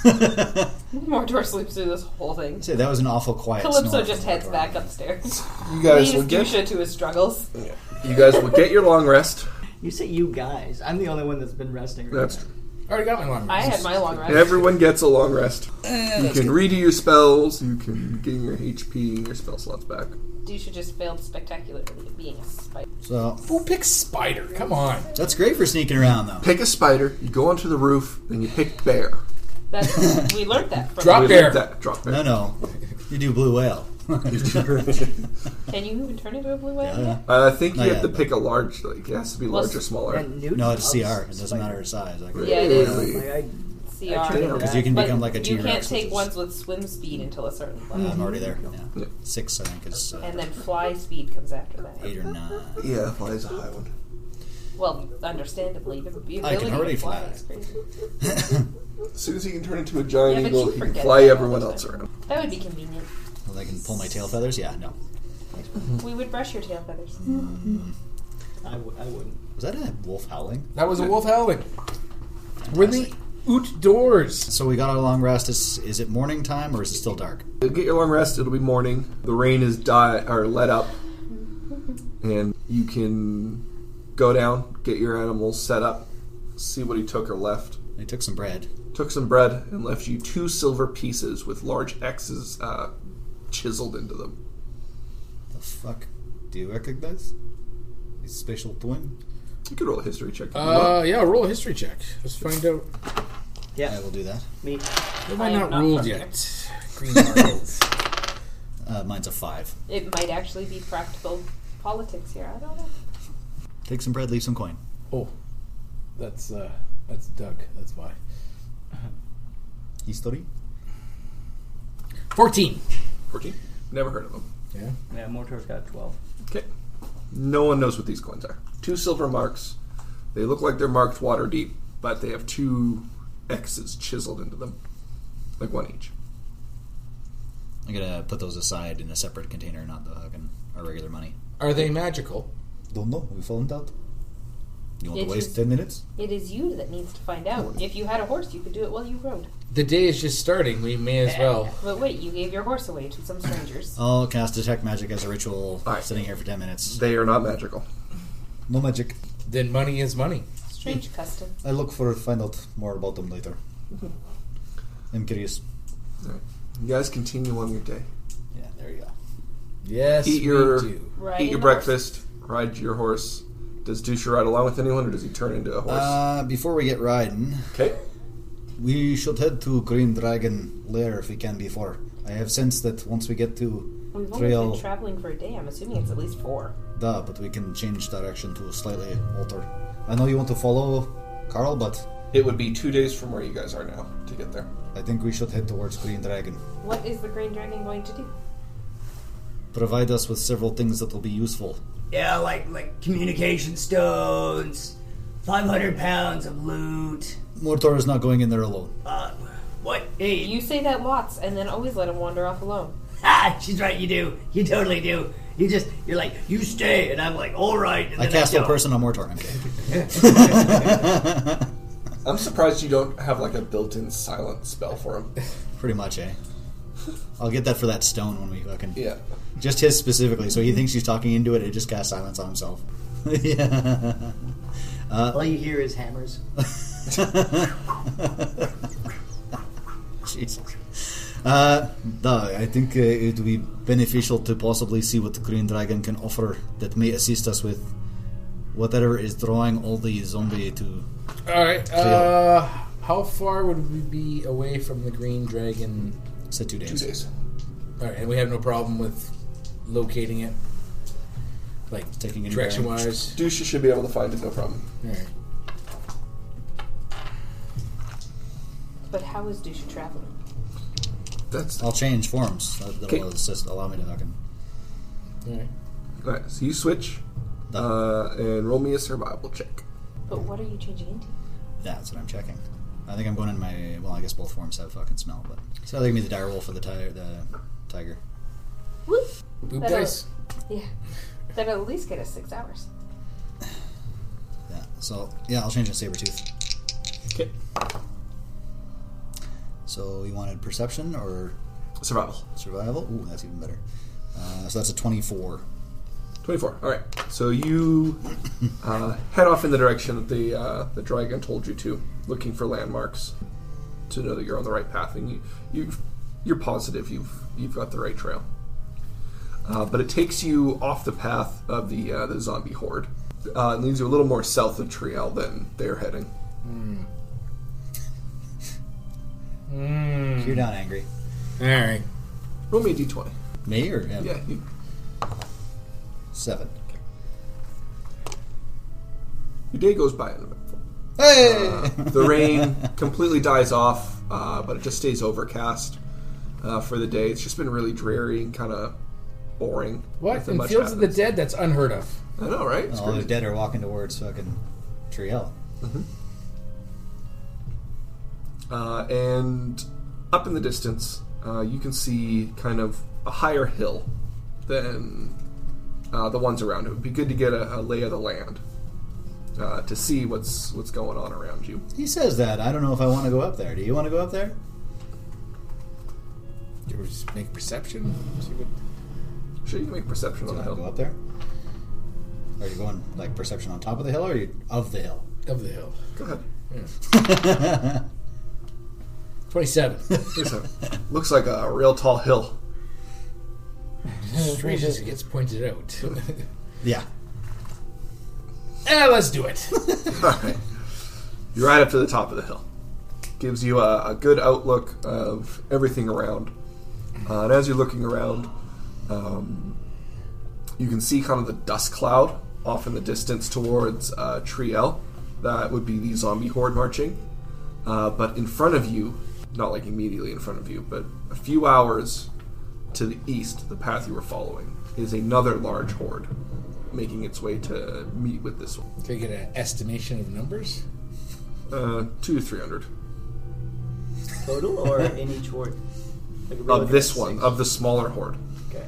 Mordor sleeps through this whole thing. So that was an awful quiet. Calypso snore just from heads Mordor. back upstairs. You guys will Leaves get Dusha to his struggles. you guys will get your long rest. You say you guys. I'm the only one that's been resting. Right That's now. true. I already got my alarm. I had my long rest. Everyone gets a long rest. you can redo your spells. You can gain your HP and your spell slots back. Dusha just failed spectacularly at being a spider. So Who picks spider? Come on. that's great for sneaking around though. Pick a spider. You go onto the roof and you pick bear. That's, we learned that from Drop We bear. like that. Drop bear. No, no, you do blue whale. Can you even turn into a blue whale? Yeah. Uh, I think you Not have yet, to but- pick a large. Like it has to be large or smaller. And Newt no, it's CR. It loves doesn't spider. matter its size. Like, Yeah, it is. Really? Like, I, CR. turned into Because you can But become like a T you Rex. can't take ones with swim speed until a certain level. I'm already there. Yeah. Yeah. Six, I think, is uh, And then fly speed comes after that. eight or nine. Yeah, fly is a high one. Well, understandably, the ability I can already to fly, fly. is crazy. As soon as he can turn into a giant Yeah, but eagle, you he can forget fly that all everyone the else time. around. That would be convenient. Well, I can pull my tail feathers. Yeah, no. We would brush your tail feathers. I, w- I wouldn't. Was that a wolf howling? That was a wolf howling. We're in the outdoors. So we got our long rest. Is, is it morning time or is it still dark? You'll get your long rest. It'll be morning. The rain is die or let up, and you can go down, get your animals set up, see what he took or left. I took some bread. Took some bread and left you two silver pieces with large X's uh, chiseled into them. The fuck? Do you recognize? His spatial twin? You could roll a history check. if you want. Uh, yeah, roll a history check. Let's find out. Yeah. I will do that. Me. Have I I am not not ruled familiar. yet? Green marbles. Uh, mine's a five. It might actually be practical politics here. I don't know. Take some bread, leave some coin. oh, that's uh, that's Doug. That's why. History. Fourteen. 14? Never heard of them. Yeah. Yeah, Mortor's got a 12. Okay. No one knows what these coins are. Two silver marks. They look like they're marked water deep, but they have two X's chiseled into them, like one each. I'm gonna put those aside in a separate container, not the fucking our regular money. Are they magical? Don't know. We found out. You want It to waste is- ten minutes? It is you that needs to find out. If you had a horse, you could do it while you rode. The day is just starting. We may as well. But wait, you gave your horse away to some strangers. I'll cast detect magic as a ritual. All right. Sitting here for ten minutes. They are not magical. No magic. Then money is money. Strange custom. I look for find out more about them later. I'm curious. All right. You guys continue on your day. Yeah, there you go. Yes, Eat your- we do. Right. Eat your breakfast, ride your horse. Does Dusha ride along with anyone, or does he turn into a horse? Uh, before we get riding, okay. we should head to Green Dragon Lair if we can before. I have sensed that once we get to We've only Trail, been traveling for a day. I'm assuming it's at least four. da, but we can change direction to slightly alter. I know you want to follow Carl, but It would be two days from where you guys are now to get there. I think we should head towards Green Dragon. What is the green dragon going to do? Provide us with several things that will be useful. Yeah, like like communication stones, five hundred pounds of loot. Mortor is not going in there alone. Uh, what? Hey, You say that lots, and then always let him wander off alone. ah, she's right. You do. You totally do. You just you're like you stay, and I'm like all right. And I then cast a don't. person on Mortor. I'm kidding. I'm surprised you don't have like a built-in silent spell for him. Pretty much, eh? I'll get that for that stone when we fucking. Yeah. Just his specifically, so he thinks he's talking into it, it just casts silence on himself. yeah. All you hear is hammers. Jesus. Uh, no, I think uh, it would be beneficial to possibly see what the Green Dragon can offer that may assist us with whatever is drawing all the zombie to. All right. Uh, how far would we be away from the green dragon? Say two days. Two days. All right, and we have no problem with locating it, like Taking any direction bearing. wise. Dusha should be able to find it, no problem. All right. But how is Dusha traveling? That's I'll change forms. That, that'll Okay. assist, allow me to fucking. All right. all right. So you switch uh, and roll me a survival check. But what are you changing into? That's what I'm checking. I think I'm going in my. Well, I guess both forms have fucking smell, but. So I think me the dire wolf or the, ti- the tiger. Woo! Boop That'll- dice. Yeah. That'll at least get us six hours. Yeah, so. Yeah, I'll change to saber tooth. Okay. So you wanted perception or Survival. survival? Ooh, that's even better. Uh, so that's a 24. 24. All right. So you uh, head off in the direction that the uh, the dragon told you to, looking for landmarks to know that you're on the right path, and you you you're positive you've you've got the right trail. Uh, but it takes you off the path of the uh, the zombie horde. Uh, and leads you a little more south of Triel than they're heading. Mm-hmm. You're not angry. All right. Roll me a d20. Me or him? Yeah, Uh, you, Seven. your day goes by uneventful. Hey! The rain completely dies off, uh, but it just stays overcast uh, for the day. It's just been really dreary and kind of boring. What Nothing in much Fields of the happens. Dead? That's unheard of. I know, right? It's All Oh, the crazy. dead are walking towards fucking Triel. Uh, and up in the distance, uh, you can see kind of a higher hill than uh, the ones around. It would be good to get a, a lay of the land uh, to see what's what's going on around you. He says that. I don't know if I want to go up there. Do you want to go up there? Do we just make perception? See what- Sure, you can make perception on Do you the want to go hill. up there? Are you going like perception on top of the hill or are you of the hill? Of the hill. Go ahead. Twenty-seven. Here's a- Looks like a real tall hill. Strange as it gets pointed out. Yeah. ah, let's do it. All right. You're right up to the top of the hill. gives you a, a good outlook of everything around. Uh, and as you're looking around, um, you can see kind of the dust cloud off in the distance towards uh, Triel. That would be the zombie horde marching. Uh, but in front of you, not like immediately in front of you, but a few hours to the east, the path you were following, is another large horde making its way to meet with this one. Can I get an estimation of numbers? Uh, two to three hundred. Total or in each ward? Like, we're Of looking this at one, six. of the smaller horde. Okay.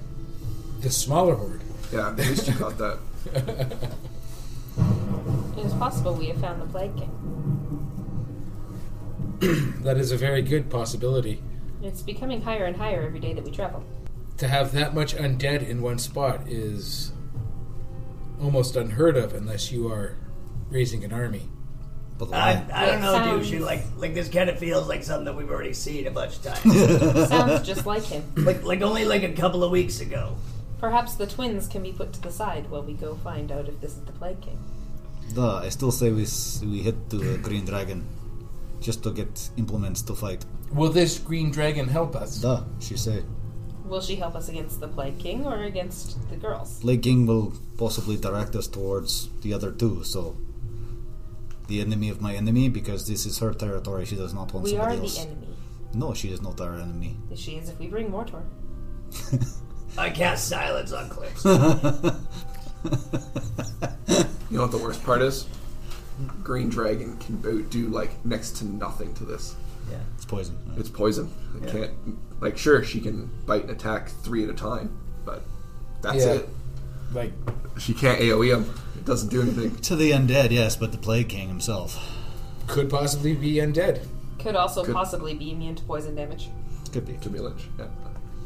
The smaller horde. Yeah, at least you got that. It is possible we have found the Plague King. That is a very good possibility. It's becoming higher and higher every day that we travel. To have that much undead in one spot is almost unheard of unless you are raising an army. But I, I don't It know, sounds- douchey. Like, like this kind of feels like something that we've already seen a bunch of times. Sounds just like him. like, like only like a couple of weeks ago. Perhaps the twins can be put to the side while we go find out if this is the Plague King. Duh, I still say we s- we hit the green dragon just to get implements to fight. Will this green dragon help us? Duh, she say. Will she help us against the Plague King or against the girls? Plague King will possibly direct us towards the other two, so the enemy of my enemy because this is her territory. She does not want We are somebody the else. enemy. No, she is not our enemy. She is if we bring Mortor. I cast silence on clips. You know what the worst part is? Green Dragon can bo- do like next to nothing to this. It's poison. It's poison. It can't. Like, sure, she can bite and attack three at a time, but that's Yeah. it. Like, She can't AOE him. It doesn't do anything. To the undead, yes, but the Plague King himself could possibly be undead. Could also Could- possibly be immune to poison damage. could be. To me, Lynch. Yeah.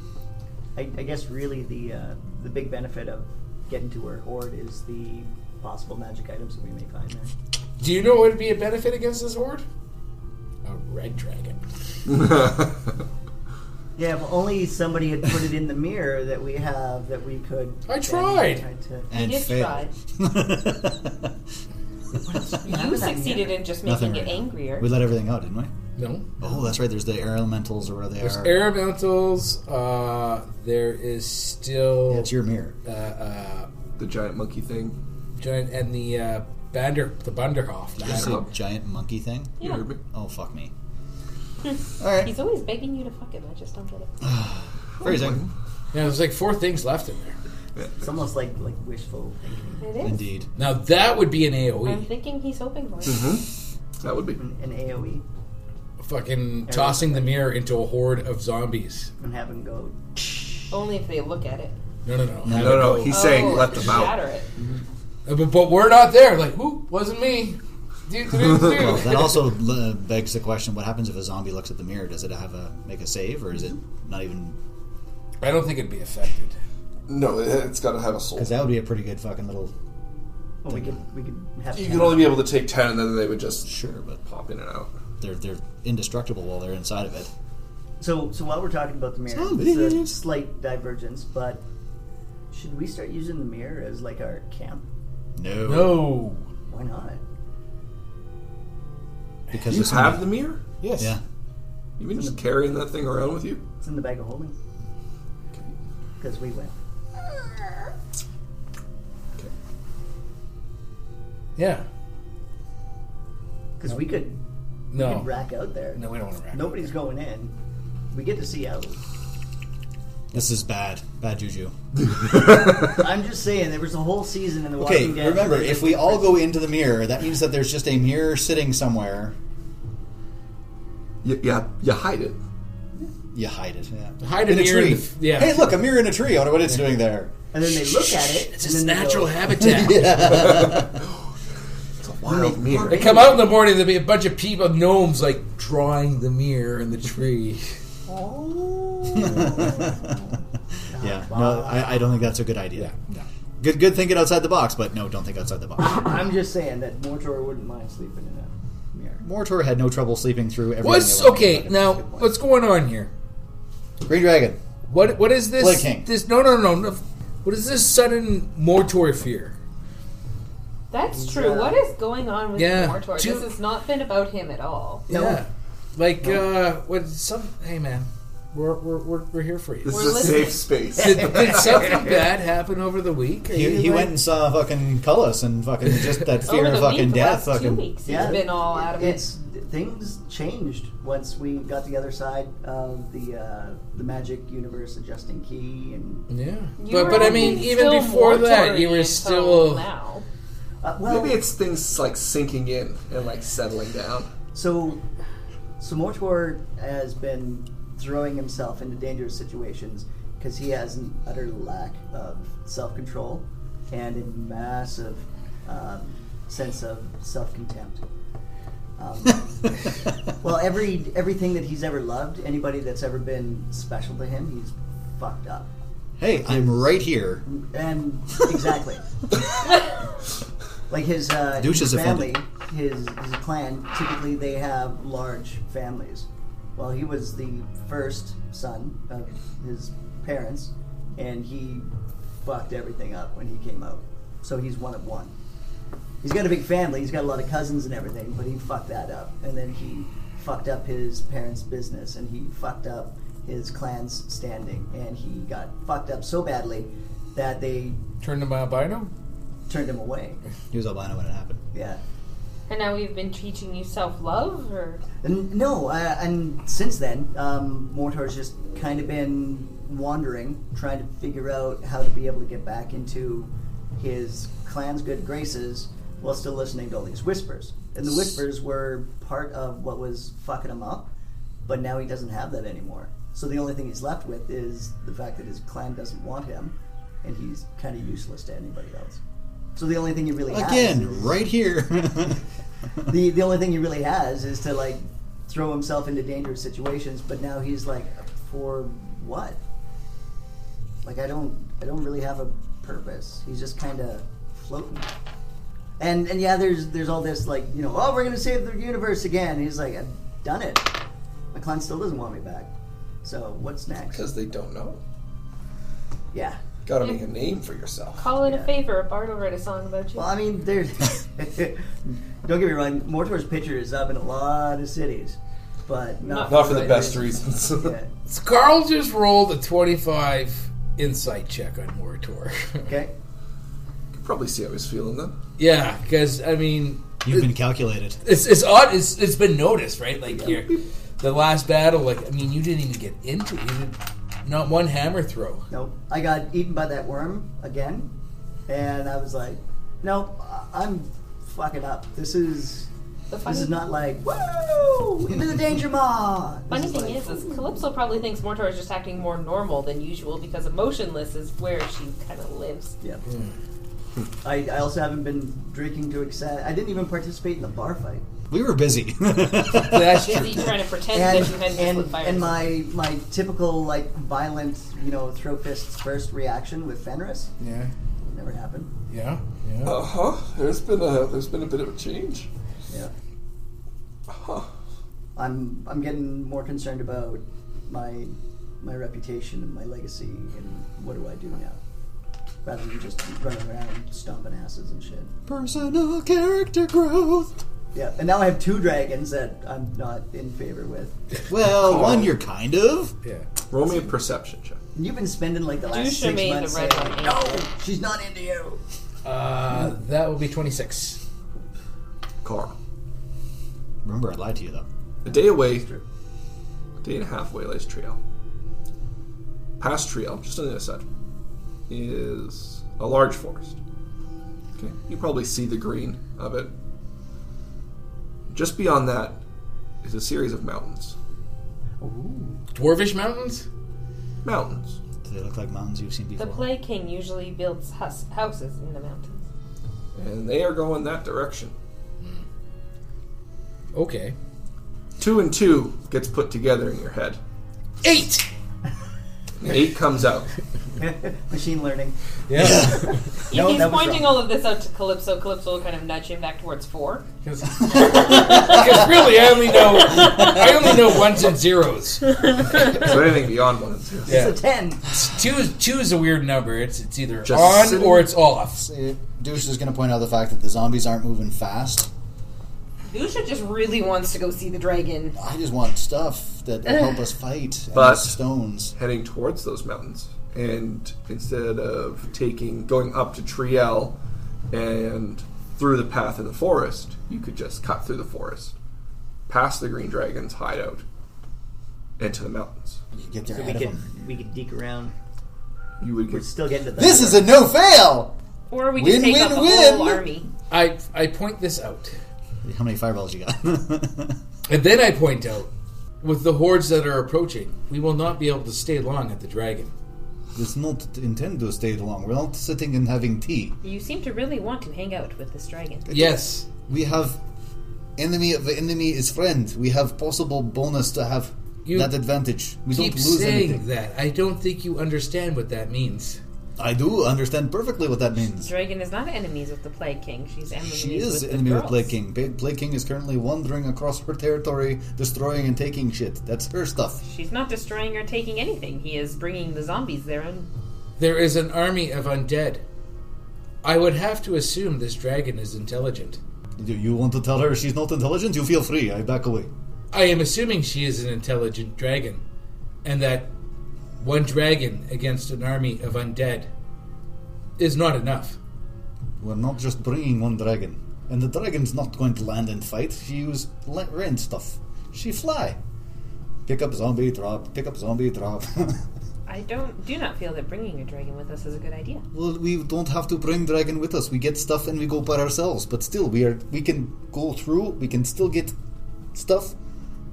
I, I guess really the uh, the big benefit of getting to her hoard is the possible magic items that we may find there. Do you know what would be a benefit against this horde? A red dragon. Yeah, if only somebody had put it in the mirror that we have that we could. I tried. Try to- And did fail. You succeeded in just making Nothing it right now. angrier. we let everything out, didn't we? No. Oh, that's right. There's the air elementals or where they There's are. air elementals. Uh, there is still Yeah, it's your mirror. uh, uh, The giant monkey thing. giant and the uh, Bander the Bunderhoff. Did you say Yeah. giant monkey thing? You Yeah. heard me? Oh, fuck me. All right. He's always begging you to fuck him. I just don't get it. Phrasing. Yeah, there's like four things left in there. It's almost like like wishful thinking, It is. Indeed. Now that would be an E. I'm AOE. thinking he's hoping for it. Mm-hmm. That would be. an AOE, Fucking tossing the mirror into a horde of zombies. and have him go. Only if they look at it. No, no, no. No, No, no, he's saying Oh, let them Shatter out. it. Uh, But, but we're not there. Like, whoop, wasn't me. Do, do, do, do. Well, that also uh, begs the question: What happens if a zombie looks at the mirror? Does it have a make a save, or is it not even? I don't think it'd be affected. No, it- it's got to have a soul. Because that would be a pretty good fucking little. Oh Well, we could we could have. You him- can only be able to take ten, and then they would just Sure, but pop in and out. they're they're indestructible while they're inside of it. So so while we're talking about the mirror, Zombies. it's a slight divergence, but should we start using the mirror as like our camp? No, No. Why not? because You there's so many- have the mirror? Yes. Yeah, You've been just carrying that thing around with you? It's in the bag of holding. Because we went. Yeah. Because we could we No. could rack out there. No, we don't want to rack. Nobody's going in. We get to see out. this is bad, bad juju. I'm just saying there was a whole season in the Okay, Walking Dead. remember, where if they- we all go into the mirror, that means that there's just a mirror sitting somewhere. You, yeah, you hide it. You hide it. Yeah. Hide a in a mirror in tree. the f- yeah. Hey, look, a mirror in a tree. I wonder what it's doing there. and then they look at it, It's its and then they natural go, habitat. It's a wild mirror. They come out in the morning, there'll be a bunch of people, gnomes, like drawing the mirror in the tree. "Oh." Yeah. No, I, I don't think that's a good idea. no. Good, good thinking outside the box, but no, don't think outside the box. I'm just saying that Mortor wouldn't mind sleeping in a mirror. Mortor had no trouble sleeping through everything. What's that went okay? on, but- Now, Good point. what's going on here? Green Dragon? What what is this? Blade King. This no no no no. What is this sudden mortor fear? That's true. What is going on with Yeah. Mortor? Two- This has not been about him at all. Yeah. Like, uh, what? Some. Hey, man, we're we're we're, we're here for you. This We're is a listening. safe space. Did, did something bad happen over the week? Are He, you, he like- went and saw fucking Cullis and fucking just that fear Over of Oh, the fucking week, the last death. Fucking two weeks, Yeah. he's been all out of it. It's things changed once we got the other side of the uh, the magic universe adjusting key, and Yeah, You but were but I only mean, even still before that, mortuary you were until still. now. uh, well, Maybe it's things like sinking in and like settling down. So, so Mortor has been throwing himself into dangerous situations because he has an utter lack of self-control and a massive um, sense of self-contempt. Um, well, every everything that he's ever loved, anybody that's ever been special to him, he's fucked up. hey, I'm right here. And exactly. like his uh, Douche his is family, offended. his his clan. Typically, they have large families. Well, he was the first son of his parents, and he fucked everything up when he came out. So he's one of one. He's got a big family. He's got a lot of cousins and everything, but he fucked that up. And then he fucked up his parents' business, and he fucked up his clan's standing, and he got fucked up so badly that they Turned him albino. turned him away. He was albino when it happened. Yeah. And now we've been teaching you self love, or And no, uh, and since then, um, Mortar's just kind of been wandering, trying to figure out how to be able to get back into his clan's good graces while still listening to all these whispers. And the whispers were part of what was fucking him up, but now he doesn't have that anymore. So the only thing he's left with is the fact that his clan doesn't want him, and he's kind of useless to anybody else. So the only thing he really has Again, right here. the the only thing he really has is to like throw himself into dangerous situations. But now he's like, for what? Like I don't I don't really have a purpose. He's just kind of floating. And and yeah, there's there's all this like you know oh we're gonna save the universe again. He's like I've done it. My client still doesn't want me back. So what's next? Because they don't know. Yeah. Gotta make a name for yourself. call it a favor. Bart will write a song about you. Well, I mean, there's. don't get me wrong. Mortor's picture is up in a lot of cities, but not, Not for the right best reason. reasons. Yeah. Carl just rolled a twenty-five insight check on Morator. Okay. Probably see how he's feeling then. yeah, because I mean, You've been calculated. it's it's odd. It's it's been noticed, right? Like your the last battle. Like I mean, you didn't even get into. You didn't, not one hammer throw. Nope. I got eaten by that worm again, and I was like, nope, I- I'm fucking up. This is the funny, this is not like whoa into the danger maw. This funny thing like, is, is Calypso probably thinks Mortor is just acting more normal than usual because emotionless is where she kind of lives. yeah. I, I also haven't been drinking to excess. I didn't even participate in the bar fight. We were busy. That's true. Busy trying to pretend and that you hadn't just and, lit fires. and my my typical like violent you know throw fists first reaction with Fenris Yeah, never happened. yeah, yeah. Uh huh. There's been a there's been a bit of a change. Yeah. Huh. I'm I'm getting more concerned about my my reputation and my legacy and what do I do now, rather than just running around stomping asses and shit. Personal character growth. Yeah, and now I have two dragons that I'm not in favor with. Well, one you're kind of. yeah. Roll me a perception check. And You've been spending like the last Dusha six made the months red saying, one. no, she's not into you. Uh, that will be twenty-six. Carl. Remember, I lied to you though. A day away, a day and a half away lies Triel. Past Triel, just on the other side, is a large forest. Okay, you probably see the green of it. Just beyond that is a series of mountains. Dwarvish mountains. Mountains. Do they look like mountains you've seen the before? Play King usually builds hus- houses in the mountains. And they are going that direction. Okay. Two and two gets put together in your head. Eight. And Eight comes out. Machine learning. Yeah. If No, he's that was pointing all of this out to Calypso, Calypso will kind of nudge him back towards four. Because really, I only know I only know ones and zeros. So anything beyond one and two. Yeah. It's a ten. Two is two is a weird number. It's it's either Just on sitting- or it's off. Douche is going to point out the fact that the zombies aren't moving fast Dusha just really wants to go see the dragon. I just want stuff that will help us fight. and But- stones. heading towards those mountains. And instead of taking going up to Triel and through the path in the forest, you could just cut through the forest, past the Green Dragon's hideout, into the mountains. You get there We ahead of could them. we could deke around. You would We're get still getting to the This is a no fail. Or we Win, just take win, out the win. whole army. I I point this out, How many fireballs you got? and then I point out, with the hordes that are approaching, we will not be able to stay long at the dragon. it's not intended to stay long. We're not sitting and having tea. You seem to really want to hang out with this dragon. Yes, We have enemy of enemy is friend. We have possible bonus to have You that advantage. We don't keep lose saying anything. that. I don't think you understand what that means. I do understand perfectly what that means. Dragon is not enemies with the Plague King. She's enemies She is with enemy the with girls. Plague King. Ba- Plague King is currently wandering across her territory, destroying and taking shit. That's her stuff. She's not destroying or taking anything. He is bringing the zombies there and There is an army of undead. I would have to assume this dragon is intelligent. Do you want to tell her she's not intelligent? You feel free. I back away. I am assuming she is an intelligent dragon, and that one dragon against an army of undead is not enough. We're not just bringing one dragon. And the dragon's not going to land and fight. She use la- rent stuff. She fly. Pick up zombie, drop. Pick up zombie, drop. I don't do not feel that bringing a dragon with us is a good idea. well, we don't have to bring dragon with us. We get stuff and we go by ourselves. But still, we are. We can go through. We can still get stuff,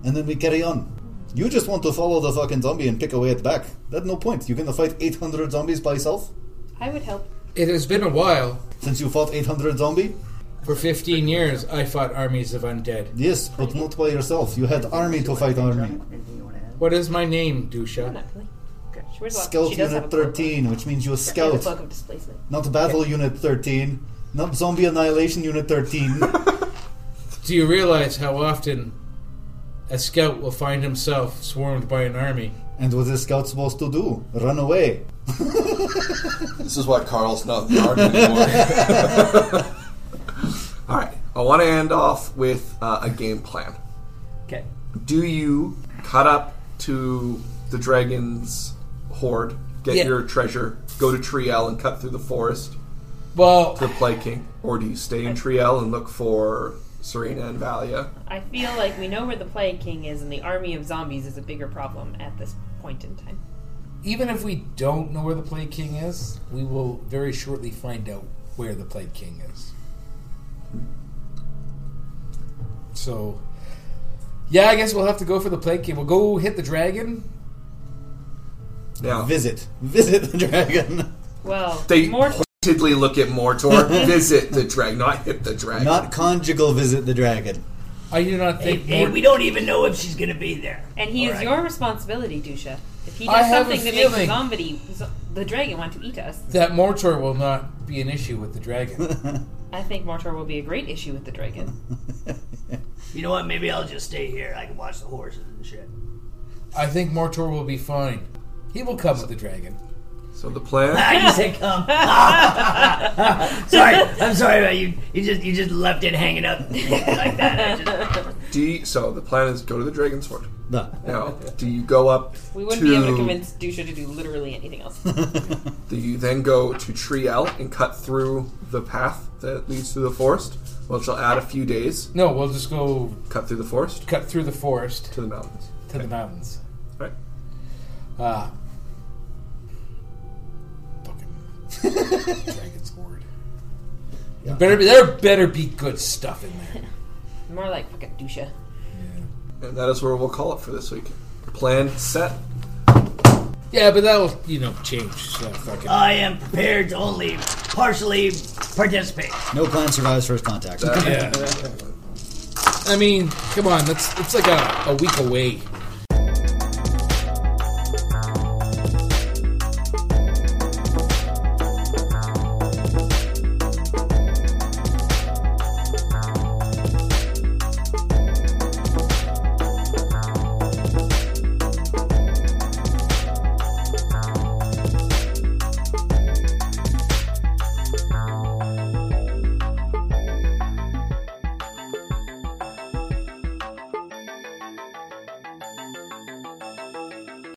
and then we carry on. You just want to follow the fucking zombie and pick away at back. That's no point. You're gonna fight 800 zombies by yourself I would help. It has been a while. since you fought 800 zombie. For 15 years, I fought armies of undead. Yes, but not by yourself. You had army to fight army. Anything you want to add? What is my I'm name, Dusha? not really. She wears a lot- Scout she does have Unit a cloak on. 13, which means you're a She has a scout, cloak of displacement. not Battle Unit 13, not Zombie Annihilation Unit 13. Do you realize how often a scout will find himself swarmed by an army? and what is scout supposed to do? Run away. This is why Carl's not the guard anymore. all right. I want to end off with uh, a game plan. Okay. Do you cut up to the dragon's horde, get Yeah. your treasure, go to Triel and cut through the forest Well, to the Plague King, or do you stay in Triel and look for Serena and Valia? I feel like we know where the Plague King is, and the army of zombies is a bigger problem at this point in time. even if we don't know where the Plague King is, we will very shortly find out where the Plague King is. So, yeah, I guess we'll have to go for the Plague King. We'll go hit the dragon. Now, Visit. Visit the dragon. Well, they more pointedly look at Mortor, visit the dragon, not hit the dragon. Not conjugal visit the dragon. I do not think Hey, Mort- we don't even know if she's gonna be there. and he is Alright. your responsibility, Dusha. If he I does have a something that makes the feeling- zombie, zo- the dragon want to eat us, that Mortor will not be an issue with the dragon. I think Mortor will be a great issue with the dragon. You know what? Maybe I'll just stay here. I can watch the horses and shit. I think Mortor will be fine. He will come with the dragon. So the plan, I just said come. sorry, I'm sorry about you. You just you just left it hanging up like that. I just, do you, so the plan is go to the dragon's horde. No. Now, do you go up? We wouldn't to, be able to convince Dusha to do literally anything else. Do you then go to Triel and cut through the path that leads through the forest, which will add a few days? No, we'll just go Cut through the forest cut through the forest to the mountains. to the mountains. Right. Ah. Fucking dragon's horde. There better be there better be good stuff in there. More like fucking Dusha. And that is where we'll call it for this week. Plan set. Yeah, but that'll you know change. So fucking I am prepared to only partially participate. No plan survives first contact. yeah. I mean, come on, that's it's like a, a week away.